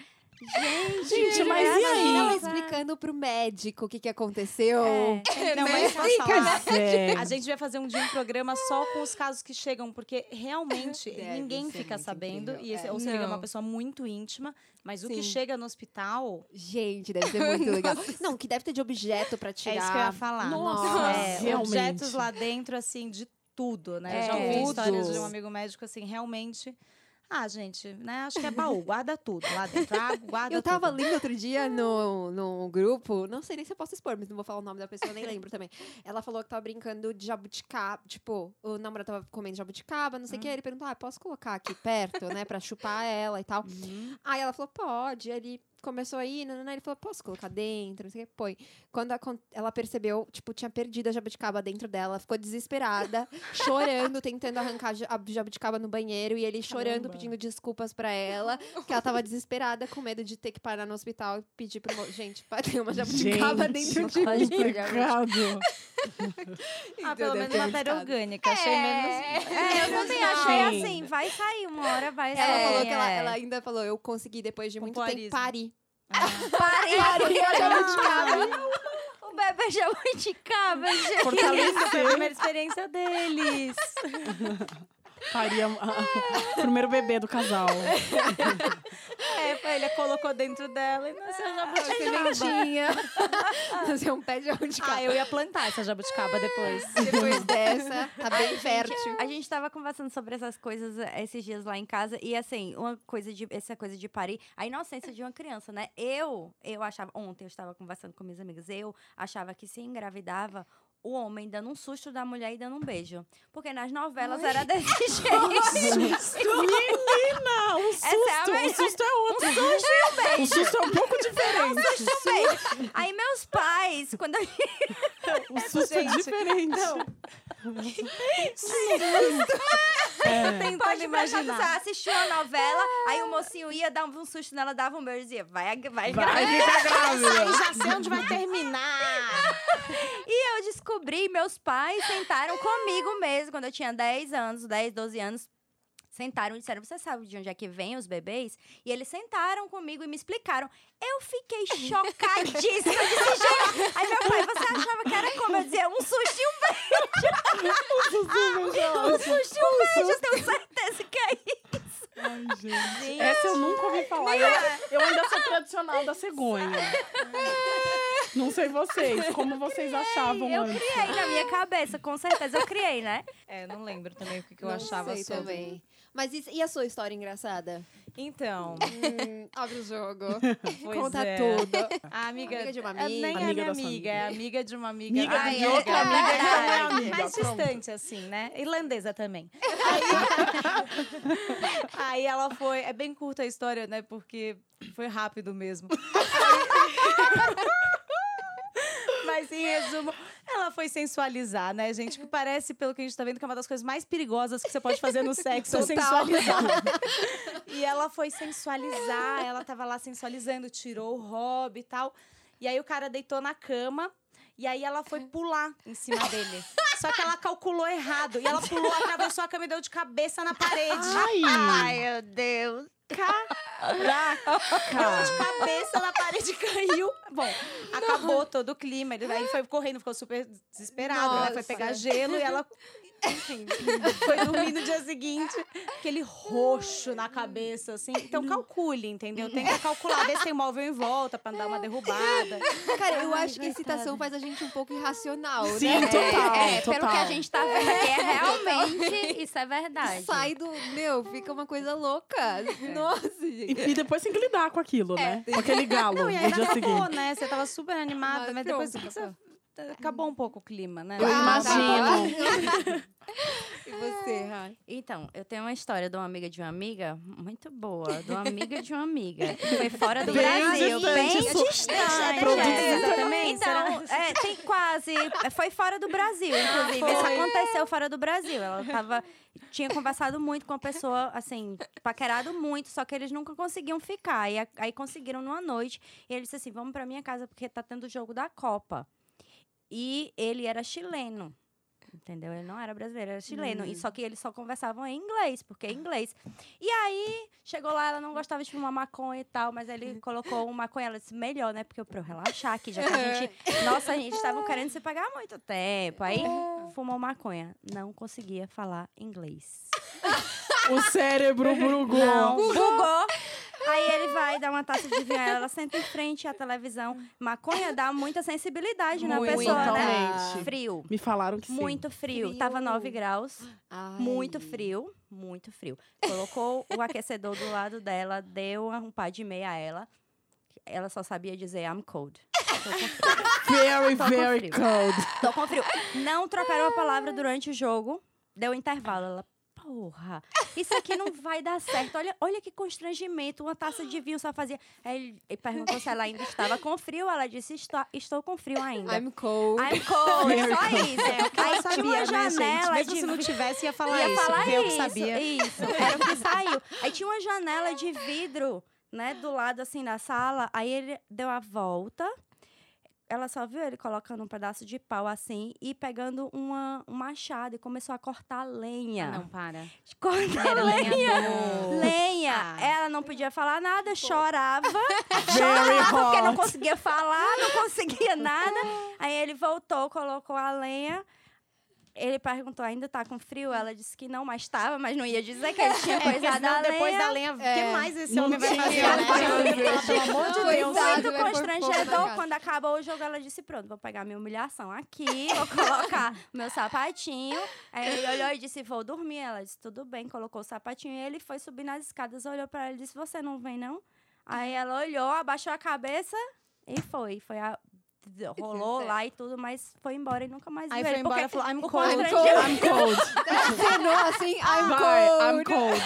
[SPEAKER 2] Gente,
[SPEAKER 5] Gente, mas e aí?
[SPEAKER 1] Ela explicando pro médico o que, que aconteceu. Né?
[SPEAKER 2] É,
[SPEAKER 3] Não, então, mas posso
[SPEAKER 1] Explica,
[SPEAKER 3] falar?
[SPEAKER 5] Sério.
[SPEAKER 3] A gente vai fazer um dia um programa só com os casos que chegam, porque realmente
[SPEAKER 1] Deve
[SPEAKER 3] ninguém
[SPEAKER 1] ser
[SPEAKER 3] fica
[SPEAKER 1] muito
[SPEAKER 3] sabendo.
[SPEAKER 1] incrível,
[SPEAKER 3] E esse,
[SPEAKER 1] é.
[SPEAKER 3] Ou seria
[SPEAKER 6] Não.
[SPEAKER 3] uma pessoa muito íntima, mas o que
[SPEAKER 1] Sim.
[SPEAKER 3] chega no hospital.
[SPEAKER 1] Gente, deve ser muito legal. Não, que deve ter de objeto pra tirar.
[SPEAKER 3] É isso que eu ia falar.
[SPEAKER 5] Nossa,
[SPEAKER 3] é,
[SPEAKER 5] realmente.
[SPEAKER 3] objetos lá dentro, assim, de tudo, né?
[SPEAKER 1] É.
[SPEAKER 3] Já ouvi
[SPEAKER 1] Tudo.
[SPEAKER 3] histórias de um amigo médico, assim, realmente. Ah, gente, né? Acho que é baú, guarda tudo lá dentro. Ah, guarda
[SPEAKER 1] Eu tava
[SPEAKER 3] tudo.
[SPEAKER 1] lendo outro dia no, no grupo, não sei nem se eu posso expor, mas não vou falar o nome da pessoa, nem lembro também. Ela falou que tava brincando de jabuticaba, tipo, o namorado tava comendo jabuticaba, não sei o que, ele perguntou, ah, posso colocar aqui perto, né, pra chupar ela e tal. Aí ela falou, pode, aí ele começou aí, nananã, ele falou, posso colocar dentro, não sei o que, põe. Quando acon- ela percebeu, tipo, tinha perdido a jabuticaba dentro dela, ficou desesperada, chorando, tentando arrancar a ja- a jabuticaba no banheiro, e ele chorando,
[SPEAKER 3] Caramba.
[SPEAKER 1] pedindo desculpas pra ela, que ela tava desesperada, com medo de ter que parar no hospital e pedir pro... mo- Gente, tem uma jabuticaba dentro de mim.
[SPEAKER 5] Complicado.
[SPEAKER 3] Ah, pelo menos matéria orgânica. Achei menos.
[SPEAKER 2] É, eu também achei assim, vai sair uma hora, vai sair.
[SPEAKER 1] Ela falou que ela,
[SPEAKER 2] é.
[SPEAKER 1] ela ainda falou, eu consegui depois de muito tempo
[SPEAKER 3] Popularismo. Ah.
[SPEAKER 1] parir.
[SPEAKER 2] Parei,
[SPEAKER 1] a jabuticaba.
[SPEAKER 2] o bebê
[SPEAKER 1] É
[SPEAKER 2] já vai de cama, gente.
[SPEAKER 3] Fortaleceu. Foi a primeira experiência deles.
[SPEAKER 5] Faria o primeiro bebê do casal.
[SPEAKER 3] É, foi, ele colocou dentro dela e nasceu a jabuticaba.
[SPEAKER 1] pimentinha. Fazer um pé de jabuticaba.
[SPEAKER 3] Ah, eu ia plantar essa jabuticaba depois.
[SPEAKER 1] Depois dessa, tá bem fértil.
[SPEAKER 2] A gente tava conversando sobre essas coisas eh, esses dias lá em casa. E assim, uma coisa de. Essa coisa de parir, a inocência de uma criança, né? Eu, eu achava. Ontem eu estava conversando com minhas amigas, eu achava que se engravidava. O homem dando um susto da mulher e dando um beijo. Porque nas novelas era desse jeito.
[SPEAKER 5] Menina! Um
[SPEAKER 2] é a
[SPEAKER 5] susto! Um
[SPEAKER 2] melhor-
[SPEAKER 5] susto é outro. Um susto Um susto é um pouco diferente.
[SPEAKER 2] Aí meus pais, quando eu
[SPEAKER 5] Um susto é
[SPEAKER 3] Gente,
[SPEAKER 5] diferente.
[SPEAKER 3] Eu tentando
[SPEAKER 2] É. Pode imaginar.
[SPEAKER 3] imaginar.
[SPEAKER 2] Você assistiu a novela, aí o mocinho ia dar um susto nela, dava um beijo e dizia, vai,
[SPEAKER 5] Vai
[SPEAKER 2] vai, vai.
[SPEAKER 5] ficar grávida.
[SPEAKER 3] Aí já sei onde vai terminar.
[SPEAKER 2] E eu descobri, meus pais sentaram comigo mesmo, quando eu tinha 10 anos, 10, 12 anos. Sentaram e disseram, você sabe de onde é que vem os bebês? E eles sentaram comigo e me explicaram. Eu fiquei chocadíssima. Eu disse, gente... Aí meu pai, você achava que era como? Eu dizia, um susto e um beijo. Um susto e um beijo, eu tenho certeza que é isso. é.
[SPEAKER 5] Ai, gente. Essa eu nunca ouvi falar. Eu, eu ainda sou tradicional da cegonha. Não sei vocês, como vocês achavam
[SPEAKER 2] Eu
[SPEAKER 5] antes.
[SPEAKER 2] criei na minha cabeça, com certeza eu criei, né?
[SPEAKER 3] É, não lembro também o que, que eu
[SPEAKER 1] Não
[SPEAKER 3] achava
[SPEAKER 1] sei
[SPEAKER 3] sobre.
[SPEAKER 1] também. Mas isso- e a sua história engraçada?
[SPEAKER 3] Então,
[SPEAKER 1] Hum, abre o jogo.
[SPEAKER 3] pois
[SPEAKER 1] Conta
[SPEAKER 3] é.
[SPEAKER 1] tudo.
[SPEAKER 3] A amiga,
[SPEAKER 1] Amiga de uma
[SPEAKER 3] é, Nem
[SPEAKER 1] amiga.
[SPEAKER 3] é minha
[SPEAKER 5] Amiga da sua
[SPEAKER 3] amiga, é amiga de uma amiga.
[SPEAKER 5] Amiga
[SPEAKER 3] Ai,
[SPEAKER 5] de
[SPEAKER 3] é,
[SPEAKER 5] outra
[SPEAKER 3] é,
[SPEAKER 5] amiga que não é
[SPEAKER 3] verdade.
[SPEAKER 5] amiga.
[SPEAKER 3] Mais
[SPEAKER 5] Pronto.
[SPEAKER 3] distante, assim, né? Irlandesa também. Aí, aí ela foi... É bem curta a história, né? Porque foi rápido mesmo. Aí- Mas em resumo, ela foi sensualizar, né, gente? Que parece, pelo que a gente tá vendo, que é uma das coisas mais perigosas que você pode fazer no sexo, é sensualizar. E ela foi sensualizar, ela tava lá sensualizando, tirou o hobby e tal. E aí o cara deitou na cama e aí ela foi pular em cima dele. Só que ela calculou errado. E ela pulou, atravessou a cama e deu de cabeça na parede.
[SPEAKER 5] Ai!
[SPEAKER 3] meu Deus! Caraca! de cabeça na parede caiu. Bom, acabou todo o clima. Ele aí foi correndo, ficou super desesperado. Ela foi
[SPEAKER 6] Nossa.
[SPEAKER 3] pegar gelo e ela. Enfim, foi dormir no dia seguinte. Aquele roxo na cabeça, assim. Então calcule, entendeu? Tenta calcular, vê se tem móvel em volta pra dar uma derrubada.
[SPEAKER 1] Cara, eu
[SPEAKER 2] Ai,
[SPEAKER 1] acho que excitação faz a gente um pouco irracional,
[SPEAKER 5] Sim,
[SPEAKER 1] né?
[SPEAKER 5] total,
[SPEAKER 2] é, é, pelo
[SPEAKER 5] total.
[SPEAKER 2] que a gente tá vendo aqui, é realmente, isso é verdade.
[SPEAKER 1] Sai do. Meu, fica uma coisa louca.
[SPEAKER 3] É.
[SPEAKER 1] Nossa, gente.
[SPEAKER 5] E, e depois tem que lidar com aquilo, né? Com aquele galo
[SPEAKER 3] Não, e aí
[SPEAKER 5] no dia
[SPEAKER 3] acabou,
[SPEAKER 5] seguinte.
[SPEAKER 3] né? Você tava super animada,
[SPEAKER 1] Mas
[SPEAKER 3] mas, depois
[SPEAKER 1] pronto,
[SPEAKER 3] você- acabou um pouco o clima, né?
[SPEAKER 5] Eu imagino.
[SPEAKER 1] E você, Rai?
[SPEAKER 2] Então, eu tenho uma história de uma amiga de uma amiga muito boa, de uma amiga de uma amiga. que Foi fora do
[SPEAKER 5] Bem
[SPEAKER 2] Brasil,
[SPEAKER 5] distante,
[SPEAKER 2] bem
[SPEAKER 5] isso-
[SPEAKER 2] distante.
[SPEAKER 5] Produto
[SPEAKER 2] é.
[SPEAKER 3] também,
[SPEAKER 2] Então, é, tem quase. é, Foi fora do Brasil, inclusive. Isso
[SPEAKER 3] foi.
[SPEAKER 2] aconteceu fora do Brasil. Ela tava, tinha conversado muito com a pessoa, assim, paquerado muito, só que eles nunca conseguiam ficar. E a- aí conseguiram numa noite. E ele disse assim: vamos pra minha casa porque tá tendo o jogo da Copa. E ele era chileno. Entendeu? Ele não era brasileiro, era chileno.
[SPEAKER 5] Hum.
[SPEAKER 2] E só que eles só conversavam em inglês, porque é inglês. E aí, chegou lá, ela não gostava de fumar maconha e tal, mas ele colocou um maconha. Ela disse, melhor, né? Porque eu- pra eu relaxar aqui, já que a gente... Nossa, a gente tava querendo se pagar há muito tempo. Aí,
[SPEAKER 1] É.
[SPEAKER 5] É.
[SPEAKER 2] fumou maconha. Não conseguia falar inglês.
[SPEAKER 5] O cérebro
[SPEAKER 2] Não,
[SPEAKER 5] brugou.
[SPEAKER 2] bugou. Aí ele vai dar uma taça de vinho, a ela ela senta em frente à televisão. Maconha dá muita sensibilidade na
[SPEAKER 5] Muito,
[SPEAKER 2] pessoa, né?
[SPEAKER 5] totalmente.
[SPEAKER 2] Frio.
[SPEAKER 5] Me falaram que sim.
[SPEAKER 2] Muito frio.
[SPEAKER 1] Frio.
[SPEAKER 2] Tava 9 graus.
[SPEAKER 1] Ai.
[SPEAKER 2] Muito frio, muito frio. Colocou o aquecedor do lado dela, deu um par de meia a ela. Ela só sabia dizer I'm cold. Tô com frio.
[SPEAKER 5] Very,
[SPEAKER 2] Tô com
[SPEAKER 5] very
[SPEAKER 2] frio.
[SPEAKER 5] cold.
[SPEAKER 2] Tô com frio. Não trocaram a palavra durante o jogo. Deu um intervalo. Ela, porra, isso aqui não vai dar certo. Olha, olha que constrangimento. Uma taça de vinho só fazia. Aí ele- ele perguntou se ela ainda estava com frio. Ela disse: "Estou- Estou com frio ainda.
[SPEAKER 1] I'm cold.
[SPEAKER 2] I'm cold. É Só isso. Aí
[SPEAKER 3] Ela sabia,
[SPEAKER 2] tinha uma
[SPEAKER 3] né, gente?
[SPEAKER 2] janela
[SPEAKER 3] Mesmo
[SPEAKER 2] de
[SPEAKER 3] se não
[SPEAKER 2] vi-
[SPEAKER 3] tivesse, ia falar
[SPEAKER 2] ia
[SPEAKER 3] isso.
[SPEAKER 2] falar
[SPEAKER 3] porque
[SPEAKER 2] isso,
[SPEAKER 3] eu que sabia.
[SPEAKER 2] Isso, era o que saiu. Aí tinha uma janela de vidro, né, do lado assim da sala. Aí ele deu a volta. Ela só viu ele colocando um pedaço de pau assim e pegando uma, um machado e começou a cortar lenha.
[SPEAKER 3] Ah, Não, para.
[SPEAKER 2] Cortar
[SPEAKER 3] lenhador.
[SPEAKER 2] Lenha!
[SPEAKER 3] Ah.
[SPEAKER 2] Ela não podia falar nada, chorava.
[SPEAKER 5] Very
[SPEAKER 2] Chorava porque não
[SPEAKER 5] hot.
[SPEAKER 2] conseguia falar, não conseguia nada. Aí ele voltou, colocou a lenha. Ele perguntou, ainda tá com frio? Ela disse que não, mas tava, mas não ia dizer que ele tinha
[SPEAKER 3] É, porque
[SPEAKER 2] coisado a
[SPEAKER 3] senão,
[SPEAKER 2] lenha.
[SPEAKER 3] depois da lenha, o que mais esse
[SPEAKER 5] É. Não
[SPEAKER 3] homem vai
[SPEAKER 5] tinha,
[SPEAKER 3] fazer?
[SPEAKER 5] né?
[SPEAKER 3] né? Pelo amor de Deus.
[SPEAKER 1] Coitado,
[SPEAKER 2] Muito
[SPEAKER 1] vai pôr fogo na
[SPEAKER 2] constrangedor.
[SPEAKER 1] casa.
[SPEAKER 2] Quando acabou o jogo, ela disse: Pronto, vou pegar minha humilhação aqui, vou colocar meu sapatinho. Aí ele olhou e disse: Vou dormir. Ela disse: Tudo bem, colocou o sapatinho. E ele foi subir nas escadas, olhou pra ela e disse: Você não vem, não?
[SPEAKER 3] É.
[SPEAKER 2] Aí ela olhou, abaixou a cabeça e foi. Foi a- Rolou
[SPEAKER 6] certo.
[SPEAKER 2] lá e tudo, mas foi embora e nunca mais
[SPEAKER 3] Aí
[SPEAKER 2] viu
[SPEAKER 3] foi
[SPEAKER 2] ele. porque
[SPEAKER 3] embora e falou, I'm
[SPEAKER 2] o é
[SPEAKER 3] cold.
[SPEAKER 2] constrangimento-
[SPEAKER 5] I'm cold.
[SPEAKER 1] Acenou assim, I'm
[SPEAKER 5] Vai,
[SPEAKER 1] cold.
[SPEAKER 5] I'm cold.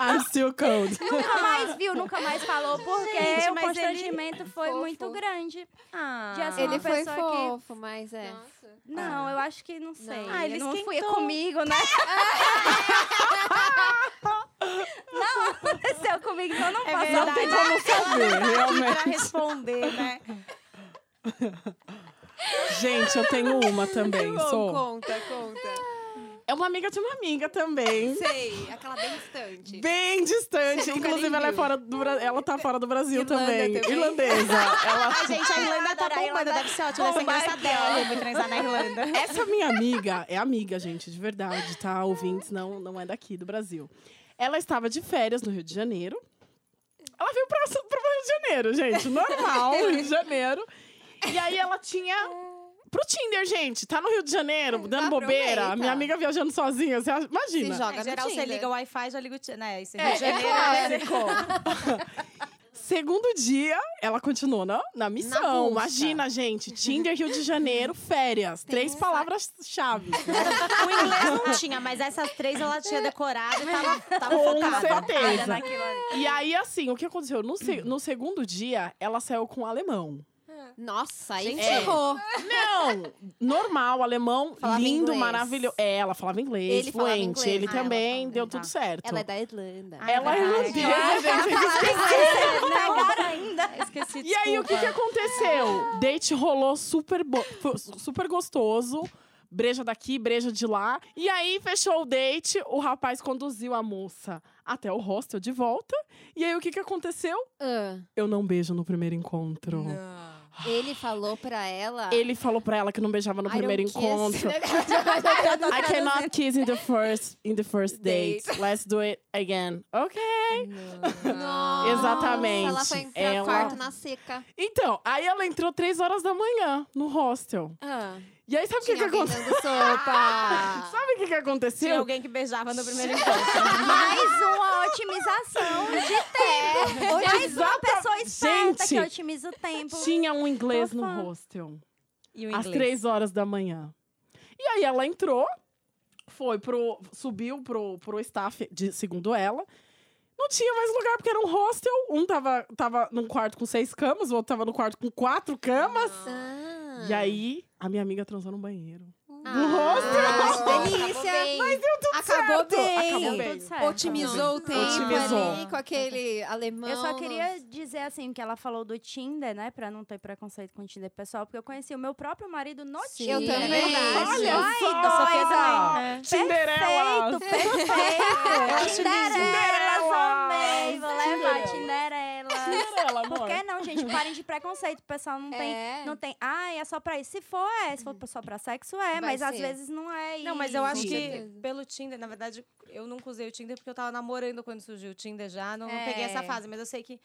[SPEAKER 5] I'm still cold.
[SPEAKER 2] Nunca mais viu, nunca mais falou, porque
[SPEAKER 3] Gente,
[SPEAKER 2] o
[SPEAKER 3] mas ele- é
[SPEAKER 2] constrangimento foi
[SPEAKER 6] Fofo.
[SPEAKER 2] muito grande.
[SPEAKER 3] Ah.
[SPEAKER 2] De assim,
[SPEAKER 1] Ele
[SPEAKER 2] uma
[SPEAKER 1] foi
[SPEAKER 2] pessoa que
[SPEAKER 1] fofo, mas é.
[SPEAKER 6] Nossa.
[SPEAKER 2] Não, eu acho que não sei.
[SPEAKER 3] Ah, ele
[SPEAKER 2] Eu não fui
[SPEAKER 3] esquentou.
[SPEAKER 2] comigo, né? não aconteceu comigo, então não
[SPEAKER 3] É
[SPEAKER 2] posso.
[SPEAKER 5] Não tem como saber,
[SPEAKER 3] pra
[SPEAKER 5] realmente.
[SPEAKER 3] responder, né?
[SPEAKER 5] Gente, eu tenho uma também. Sou.
[SPEAKER 1] Conta, conta.
[SPEAKER 5] É uma amiga de uma amiga também.
[SPEAKER 1] Sei, aquela bem distante.
[SPEAKER 5] Bem distante.
[SPEAKER 1] Você nunca
[SPEAKER 5] Inclusive,
[SPEAKER 1] nem
[SPEAKER 5] ela é
[SPEAKER 1] viu.
[SPEAKER 5] fora do Bra- Ela tá fora do Brasil
[SPEAKER 1] Irlanda
[SPEAKER 5] também.
[SPEAKER 1] também.
[SPEAKER 5] Irlandesa. Ela
[SPEAKER 3] Ai, gente, a Irlanda tá
[SPEAKER 2] Adoro a
[SPEAKER 3] bombando.
[SPEAKER 2] Irlanda.
[SPEAKER 3] Deve ser ótimo, deve ser
[SPEAKER 2] Bomba é
[SPEAKER 3] engraçadela. Eu vou transar na Irlanda.
[SPEAKER 5] Essa minha amiga é amiga, gente, de verdade, tá? Ouvintes, não, não é daqui do Brasil. Ela estava de férias no Rio de Janeiro. Ela veio para o Rio de Janeiro, gente. Normal, Rio de Janeiro. E aí ela tinha. Pro Tinder, gente. Tá no Rio de Janeiro, dando bobeira.
[SPEAKER 1] aproveita.
[SPEAKER 5] Minha amiga viajando sozinha. Você acha- imagina.
[SPEAKER 1] Se joga
[SPEAKER 3] Em
[SPEAKER 1] no
[SPEAKER 3] geral, você
[SPEAKER 1] Tinder.
[SPEAKER 3] liga o Wi-Fi, já liga o... Ti- Né, esse Rio de
[SPEAKER 5] É
[SPEAKER 3] Janeiro... né?
[SPEAKER 5] clássico. Segundo dia, ela continuou na, na missão.
[SPEAKER 1] busca.
[SPEAKER 5] Imagina, gente. Tinder, Rio de Janeiro, férias. Três né? palavras-chave.
[SPEAKER 3] O inglês não tinha, mas essas três ela tinha decorado e tava, tava
[SPEAKER 5] Com
[SPEAKER 3] focada.
[SPEAKER 2] Olha
[SPEAKER 5] certeza.
[SPEAKER 2] naquilo ali.
[SPEAKER 5] E aí, assim, o que aconteceu? No, se- no segundo dia, ela saiu com o alemão.
[SPEAKER 1] É. Nossa, aí
[SPEAKER 5] Gente,
[SPEAKER 1] ferrou.
[SPEAKER 5] É. Não! Normal, alemão,
[SPEAKER 1] Falava
[SPEAKER 5] lindo,
[SPEAKER 1] inglês.
[SPEAKER 5] maravilhoso. É, ela falava inglês,
[SPEAKER 1] Ele falava
[SPEAKER 5] fluente.
[SPEAKER 1] inglês.
[SPEAKER 5] Ele
[SPEAKER 1] Ah,
[SPEAKER 3] ela
[SPEAKER 5] também,
[SPEAKER 3] falava,
[SPEAKER 5] deu
[SPEAKER 3] tá.
[SPEAKER 5] tudo certo.
[SPEAKER 1] Ela é da Irlanda.
[SPEAKER 3] Ai,
[SPEAKER 5] Ela é
[SPEAKER 3] verdade. Ah, é
[SPEAKER 5] irlandesa, gente.
[SPEAKER 2] Melhor ainda.
[SPEAKER 3] Né? Esqueci,
[SPEAKER 5] E aí, o que, que aconteceu? Date rolou super, bo- foi super gostoso. breja daqui, breja de lá. E aí fechou o date, o rapaz conduziu a moça até o hostel de volta. E aí o que que aconteceu?
[SPEAKER 1] Ah.
[SPEAKER 5] Eu não beijo no primeiro encontro.
[SPEAKER 1] Ele falou pra ela.
[SPEAKER 5] Ele falou pra ela que não beijava no
[SPEAKER 1] I don't
[SPEAKER 5] primeiro
[SPEAKER 1] kiss.
[SPEAKER 5] encontro. I cannot kiss in the first in the first date. Let's do it again. OK.
[SPEAKER 1] Nossa,
[SPEAKER 5] Exatamente.
[SPEAKER 1] Ela foi pra
[SPEAKER 5] Ela-
[SPEAKER 1] quarto na seca.
[SPEAKER 5] Então, aí ela entrou três horas da manhã no hostel.
[SPEAKER 1] Ah.
[SPEAKER 5] E aí sabe o que que
[SPEAKER 1] Tinha alguém
[SPEAKER 5] aconteceu?
[SPEAKER 1] dando sopa.
[SPEAKER 5] Sabe o que que
[SPEAKER 3] Tinha
[SPEAKER 5] aconteceu?
[SPEAKER 3] alguém que beijava no primeiro encontro.
[SPEAKER 2] Mais um uma otimização
[SPEAKER 3] É.
[SPEAKER 2] de tempo. Mais uma
[SPEAKER 5] Exata-
[SPEAKER 2] pessoa esperta que
[SPEAKER 5] Gente.
[SPEAKER 2] otimiza o tempo.
[SPEAKER 5] Tinha um inglês no
[SPEAKER 2] Fofa.
[SPEAKER 5] hostel.
[SPEAKER 3] E o
[SPEAKER 5] às três horas da manhã. E aí ela entrou, foi pro. subiu pro, pro staff, de, segundo ela. Não tinha mais lugar, porque era um hostel. Um tava, tava num quarto com seis camas, o outro tava no quarto com quatro camas.
[SPEAKER 1] Ah.
[SPEAKER 5] E aí, a minha amiga transou no banheiro.
[SPEAKER 1] Ah,
[SPEAKER 5] rosto.
[SPEAKER 1] que delícia.
[SPEAKER 6] Mas
[SPEAKER 1] Acabou
[SPEAKER 5] certo.
[SPEAKER 1] bem.
[SPEAKER 5] Acabou
[SPEAKER 2] Deu
[SPEAKER 5] bem.
[SPEAKER 2] tudo certo.
[SPEAKER 1] Otimizou o tempo
[SPEAKER 5] Otimizou.
[SPEAKER 1] ali com aquele alemão.
[SPEAKER 2] Eu só
[SPEAKER 1] no-
[SPEAKER 2] queria dizer assim que ela falou do Tinder, né, Pra não ter preconceito com o Tinder pessoal, porque eu conheci o meu próprio marido no
[SPEAKER 1] Sim,
[SPEAKER 2] Tinder. né?
[SPEAKER 1] eu também.
[SPEAKER 6] é verdade.
[SPEAKER 5] Olha
[SPEAKER 2] Ai,
[SPEAKER 5] só!
[SPEAKER 2] doida.
[SPEAKER 5] Tinderela!
[SPEAKER 2] Perfeito, perfeito. Tinderelas,
[SPEAKER 5] Tinderela.
[SPEAKER 2] amei. Vou levar
[SPEAKER 5] Tinderela.
[SPEAKER 2] Tinderela.
[SPEAKER 5] Tinderela, amor.
[SPEAKER 2] Por que não, gente? Parem de preconceito. O pessoal não tem.
[SPEAKER 6] É.
[SPEAKER 2] Não tem. Ah, é só pra isso. Se for, é. Se for só pra sexo, é.
[SPEAKER 6] Vai
[SPEAKER 2] mas às
[SPEAKER 6] ser.
[SPEAKER 2] vezes não é.
[SPEAKER 3] Não, mas
[SPEAKER 2] e-
[SPEAKER 3] eu acho
[SPEAKER 6] Com
[SPEAKER 3] que
[SPEAKER 6] certeza.
[SPEAKER 3] pelo Tinder, na verdade, eu nunca usei o Tinder porque eu tava namorando quando surgiu o Tinder já, não, não
[SPEAKER 2] É.
[SPEAKER 3] peguei essa fase, mas eu sei que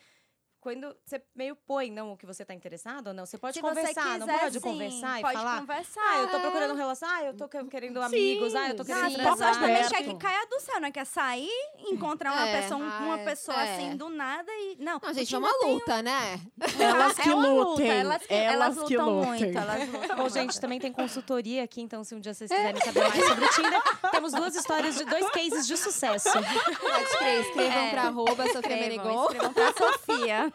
[SPEAKER 3] quando você meio põe não o que você tá interessado ou não, você pode
[SPEAKER 2] Se você
[SPEAKER 3] conversar, não
[SPEAKER 2] quiser,
[SPEAKER 3] pode
[SPEAKER 2] sim,
[SPEAKER 3] conversar e
[SPEAKER 2] pode
[SPEAKER 3] falar.
[SPEAKER 2] conversar.
[SPEAKER 3] Ah, eu tô procurando um relacionamento, ah, eu tô que- querendo amigos, ah, eu tô querendo
[SPEAKER 5] sim.
[SPEAKER 2] Não, mas
[SPEAKER 5] Papo
[SPEAKER 3] transar.
[SPEAKER 2] também
[SPEAKER 5] aberto.
[SPEAKER 2] quer que caia do céu, não é? Quer sair, encontrar uma
[SPEAKER 1] É,
[SPEAKER 2] pessoa,
[SPEAKER 6] ah,
[SPEAKER 2] uma
[SPEAKER 6] é,
[SPEAKER 2] pessoa
[SPEAKER 6] é.
[SPEAKER 2] assim do nada e. Não,
[SPEAKER 1] Não,
[SPEAKER 2] o
[SPEAKER 1] gente, é
[SPEAKER 2] Tinder
[SPEAKER 1] uma
[SPEAKER 2] tem um-
[SPEAKER 1] luta, né?
[SPEAKER 5] Elas que
[SPEAKER 2] é uma luta,
[SPEAKER 5] lutem.
[SPEAKER 2] Elas, que, elas,
[SPEAKER 5] Elas que
[SPEAKER 2] lutam
[SPEAKER 5] lutem.
[SPEAKER 2] muito. Elas lutam
[SPEAKER 3] Bom,
[SPEAKER 2] muito.
[SPEAKER 3] gente, também tem consultoria aqui, então se um dia vocês quiserem saber mais sobre o Tinder, temos duas histórias de dois cases de sucesso.
[SPEAKER 1] Pode crer, escrevam
[SPEAKER 2] É.
[SPEAKER 1] pra arroba Sofia
[SPEAKER 2] escrevam,
[SPEAKER 1] Menegon.
[SPEAKER 2] escrevam pra Sofia.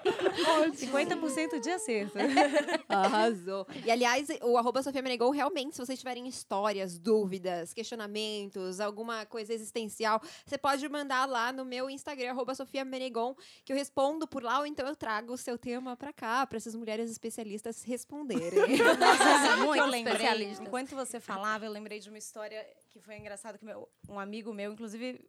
[SPEAKER 3] 50% de acerto.
[SPEAKER 1] Arrasou. E aliás, o arroba Sofia Menegon, realmente, se vocês tiverem histórias, dúvidas, questionamentos, alguma coisa existencial, você pode mandar lá no meu Instagram, arroba Sofia Menegon, que eu respondo por lá, ou então eu trago o seu tema pra cá, pra essas mulheres especialistas responderem.
[SPEAKER 3] Sabe o que eu
[SPEAKER 2] Muito
[SPEAKER 3] lembrei?
[SPEAKER 2] especialistas.
[SPEAKER 3] Enquanto você falava, eu lembrei de uma história que foi engraçada que meu- um amigo meu, inclusive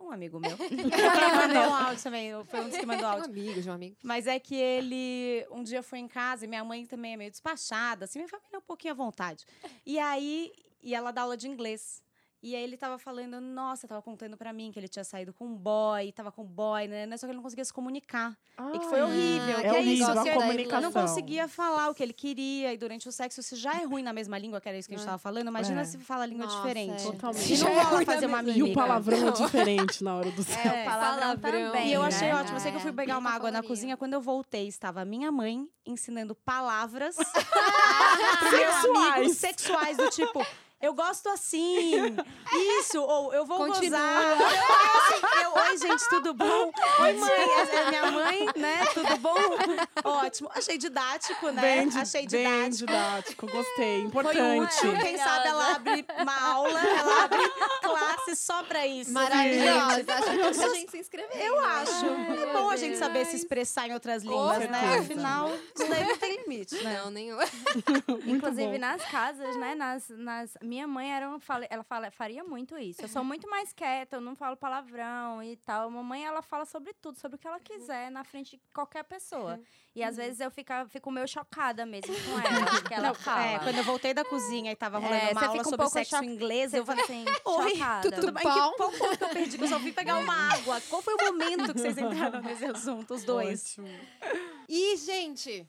[SPEAKER 3] um amigo meu, ele mandou um áudio também, foi um dos que mandou
[SPEAKER 1] um
[SPEAKER 3] áudio.
[SPEAKER 1] amigo de um amigo.
[SPEAKER 3] Mas é que ele um dia foi em casa e minha mãe também é meio despachada, assim, minha família é um pouquinho à vontade. E aí, e ela dá aula de inglês. E aí ele tava falando, nossa, tava contando pra mim que ele tinha saído com um boy, tava com um boy, né? né, Só que ele não conseguia se comunicar. e que foi
[SPEAKER 5] Ai,
[SPEAKER 3] horrível.
[SPEAKER 1] Ah,
[SPEAKER 3] que
[SPEAKER 5] É
[SPEAKER 3] é
[SPEAKER 5] horrível
[SPEAKER 3] isso,
[SPEAKER 5] a
[SPEAKER 3] você
[SPEAKER 5] comunicação.
[SPEAKER 3] não conseguia falar o que ele queria. E durante o sexo, se já é ruim na mesma língua, que era isso que a gente tava falando, imagina
[SPEAKER 5] É.
[SPEAKER 3] se fala a língua
[SPEAKER 1] Nossa,
[SPEAKER 3] diferente.
[SPEAKER 1] é.
[SPEAKER 5] Totalmente.
[SPEAKER 3] E não rola fazer uma mímica.
[SPEAKER 5] E o palavrão é diferente na hora do sexo.
[SPEAKER 2] É, o palavrão,
[SPEAKER 1] Palavrão.
[SPEAKER 2] também.
[SPEAKER 3] E eu
[SPEAKER 2] né?
[SPEAKER 3] achei
[SPEAKER 1] É.
[SPEAKER 3] ótimo. Eu sei que eu fui pegar uma
[SPEAKER 1] Nunca
[SPEAKER 3] água na
[SPEAKER 1] falaria.
[SPEAKER 3] cozinha. Quando eu voltei, estava minha mãe ensinando palavras
[SPEAKER 5] Sexuais.
[SPEAKER 3] amigos sexuais do tipo. Eu gosto assim, isso, ou eu vou
[SPEAKER 1] Continua.
[SPEAKER 3] gozar. Eu, assim, eu, Oi, gente, tudo bom? Oi, mãe. Essa é minha mãe, né? Tudo bom? Ótimo. Achei didático, né?
[SPEAKER 5] Bem, di-
[SPEAKER 3] Achei
[SPEAKER 5] bem
[SPEAKER 3] didático.
[SPEAKER 5] didático, gostei.
[SPEAKER 3] Foi um é,
[SPEAKER 5] Importante.
[SPEAKER 3] útil. Quem sabe ela abre uma aula, ela abre classe só pra isso.
[SPEAKER 1] Maravilhosa. Acho que muita gente se inscreveu.
[SPEAKER 3] Eu acho. É bom a gente saber se expressar em outras línguas, né?
[SPEAKER 5] certeza.
[SPEAKER 3] Afinal, isso daí não tem limite, né?
[SPEAKER 6] Não, nenhum.
[SPEAKER 2] Inclusive nas casas, né? Nas, nas, minha mãe era uma, fale- ela fala, faria muito isso. Eu sou muito mais quieta, eu não falo palavrão e tal. Mamãe, ela fala sobre tudo, sobre o que ela quiser, na frente de qualquer pessoa. E
[SPEAKER 3] Uhum.
[SPEAKER 2] às vezes eu fica, fico meio chocada mesmo com ela, que ela
[SPEAKER 3] Não,
[SPEAKER 2] fala.
[SPEAKER 3] É, quando eu voltei da cozinha e tava rolando
[SPEAKER 2] É,
[SPEAKER 3] uma
[SPEAKER 2] você
[SPEAKER 3] aula
[SPEAKER 2] fica um
[SPEAKER 3] sobre
[SPEAKER 2] pouco
[SPEAKER 3] sexo
[SPEAKER 2] choca-
[SPEAKER 3] em inglês,
[SPEAKER 2] Você
[SPEAKER 3] eu falei,
[SPEAKER 2] fica assim,
[SPEAKER 3] Oi,
[SPEAKER 2] chocada.
[SPEAKER 3] tudo bem? Que pouco que eu perdi, que eu só fui pegar uma água. Qual foi o momento que vocês entraram nesse assunto, os dois?
[SPEAKER 5] Ótimo.
[SPEAKER 1] E, gente,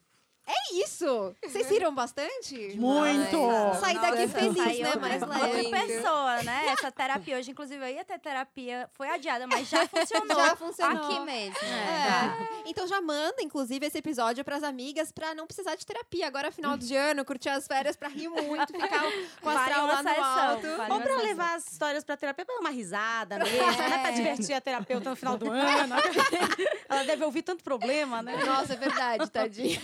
[SPEAKER 1] é isso. Vocês
[SPEAKER 2] Uhum.
[SPEAKER 1] riram bastante?
[SPEAKER 5] Muito.
[SPEAKER 1] Saí daqui
[SPEAKER 6] Nossa,
[SPEAKER 1] feliz,
[SPEAKER 2] Saiu
[SPEAKER 1] né?
[SPEAKER 2] outra-
[SPEAKER 1] Mais
[SPEAKER 2] outra
[SPEAKER 1] leve.
[SPEAKER 2] pessoa, né? Essa terapia hoje, inclusive, eu ia ter terapia, foi adiada, mas já funcionou.
[SPEAKER 1] Já funcionou.
[SPEAKER 2] Aqui mesmo. né? Tá.
[SPEAKER 1] É. Então já manda, inclusive, esse episódio pras amigas pra não precisar de terapia. Agora, final de ano, curtir as férias pra rir muito, ficar com o
[SPEAKER 2] Vale
[SPEAKER 1] astral
[SPEAKER 3] Tá
[SPEAKER 1] lá
[SPEAKER 2] uma
[SPEAKER 1] no
[SPEAKER 2] sessão,
[SPEAKER 1] alto.
[SPEAKER 2] vale
[SPEAKER 3] Ou
[SPEAKER 2] uma
[SPEAKER 3] pra
[SPEAKER 2] sessão. É.
[SPEAKER 3] levar as histórias pra terapia, pra dar uma risada mesmo, né? Pra divertir a terapeuta no final do ano. Ela deve ouvir tanto problema, né?
[SPEAKER 1] Nossa, é verdade, tadinha.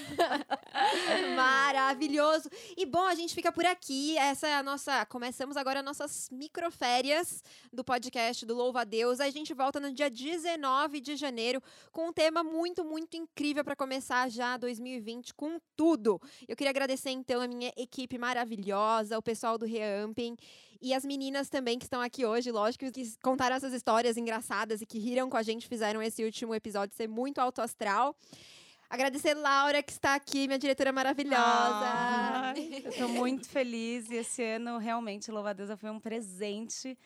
[SPEAKER 1] Mara, maravilhoso. E bom, a gente fica por aqui. Essa é a nossa. Começamos agora nossas microférias do podcast do Louva a Deus. A gente volta no dia 19 de janeiro com um tema muito, muito incrível para começar já 2020 com tudo. Eu queria agradecer então a minha equipe maravilhosa, o pessoal do Reamping e as meninas também que estão aqui hoje, lógico, que contaram essas histórias engraçadas e que riram com a gente, fizeram esse último episódio ser muito alto astral. Agradecer Laura, que está aqui, minha diretora maravilhosa.
[SPEAKER 3] Ah, Ai, eu tô muito feliz e esse ano realmente, louva a Deus, foi um presente.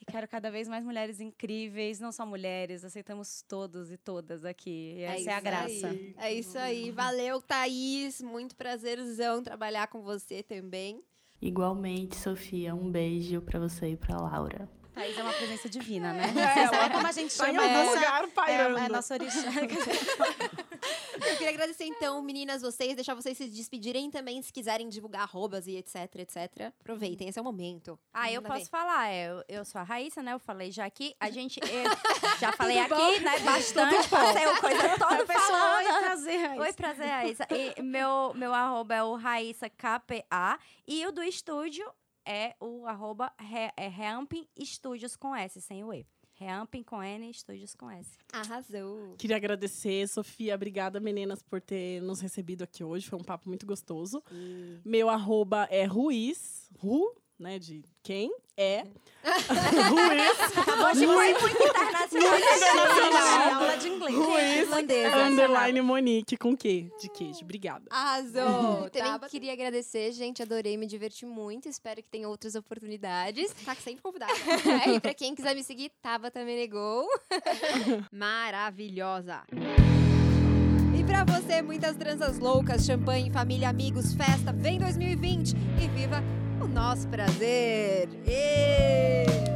[SPEAKER 3] E quero cada vez mais mulheres incríveis, não só mulheres, aceitamos todos e todas aqui. E essa é, a
[SPEAKER 1] isso
[SPEAKER 3] graça.
[SPEAKER 1] aí, É isso aí. Valeu, Thaís. Muito prazerzão trabalhar com você também.
[SPEAKER 4] Igualmente, Sofia, um beijo pra você e pra Laura.
[SPEAKER 3] Thaís é uma presença divina, né?
[SPEAKER 5] É,
[SPEAKER 3] Sabe
[SPEAKER 5] ela
[SPEAKER 3] como a gente
[SPEAKER 5] tá em
[SPEAKER 3] chama
[SPEAKER 5] algum
[SPEAKER 3] essa?
[SPEAKER 5] lugar pairando.
[SPEAKER 3] É, é nossa orixá.
[SPEAKER 1] Eu queria agradecer, então, meninas, vocês, deixar vocês se despedirem também, se quiserem divulgar arrobas e etc, etc. Aproveitem, esse é o momento.
[SPEAKER 2] Ah, eu
[SPEAKER 1] Manda ver.
[SPEAKER 2] posso falar. é, Eu, eu sou a Raíssa, né? Eu falei já aqui. A gente. eu já falei aqui, né? Bastante. Passei o coisa toda
[SPEAKER 3] O pessoal vai
[SPEAKER 2] falando.
[SPEAKER 3] trazer Raíssa.
[SPEAKER 2] Oi, prazer, Raíssa. E meu, meu arroba é o Raíssa KPA. E o do estúdio é o arroba re, é Reamping Studios com S, sem o E. Reamping com N, Estúdios com S.
[SPEAKER 1] Arrasou.
[SPEAKER 5] Queria agradecer, Sofia. Obrigada, meninas, por ter nos recebido aqui hoje. Foi um papo muito gostoso. Meu arroba é Ruiz. Ru, né? De quem? É. Ruiz.
[SPEAKER 3] Tá
[SPEAKER 2] Acabou de
[SPEAKER 5] Muito-
[SPEAKER 2] muito internacional.
[SPEAKER 5] internacional.
[SPEAKER 3] Aula de inglês.
[SPEAKER 5] Underline Monique com Q? De queijo. Obrigada.
[SPEAKER 3] Ah,
[SPEAKER 1] Arrasou.
[SPEAKER 6] Também
[SPEAKER 2] Tá,
[SPEAKER 1] Tabata.
[SPEAKER 6] queria agradecer, gente. Adorei, me diverti muito. Espero que tenha outras oportunidades.
[SPEAKER 1] Tá sempre convidada.
[SPEAKER 6] É, e pra quem quiser me seguir, Tabata Menegol.
[SPEAKER 1] Maravilhosa. E pra você, muitas tranças loucas, champanhe, família, amigos, festa, vem 2020 e viva o nosso prazer. Êêê!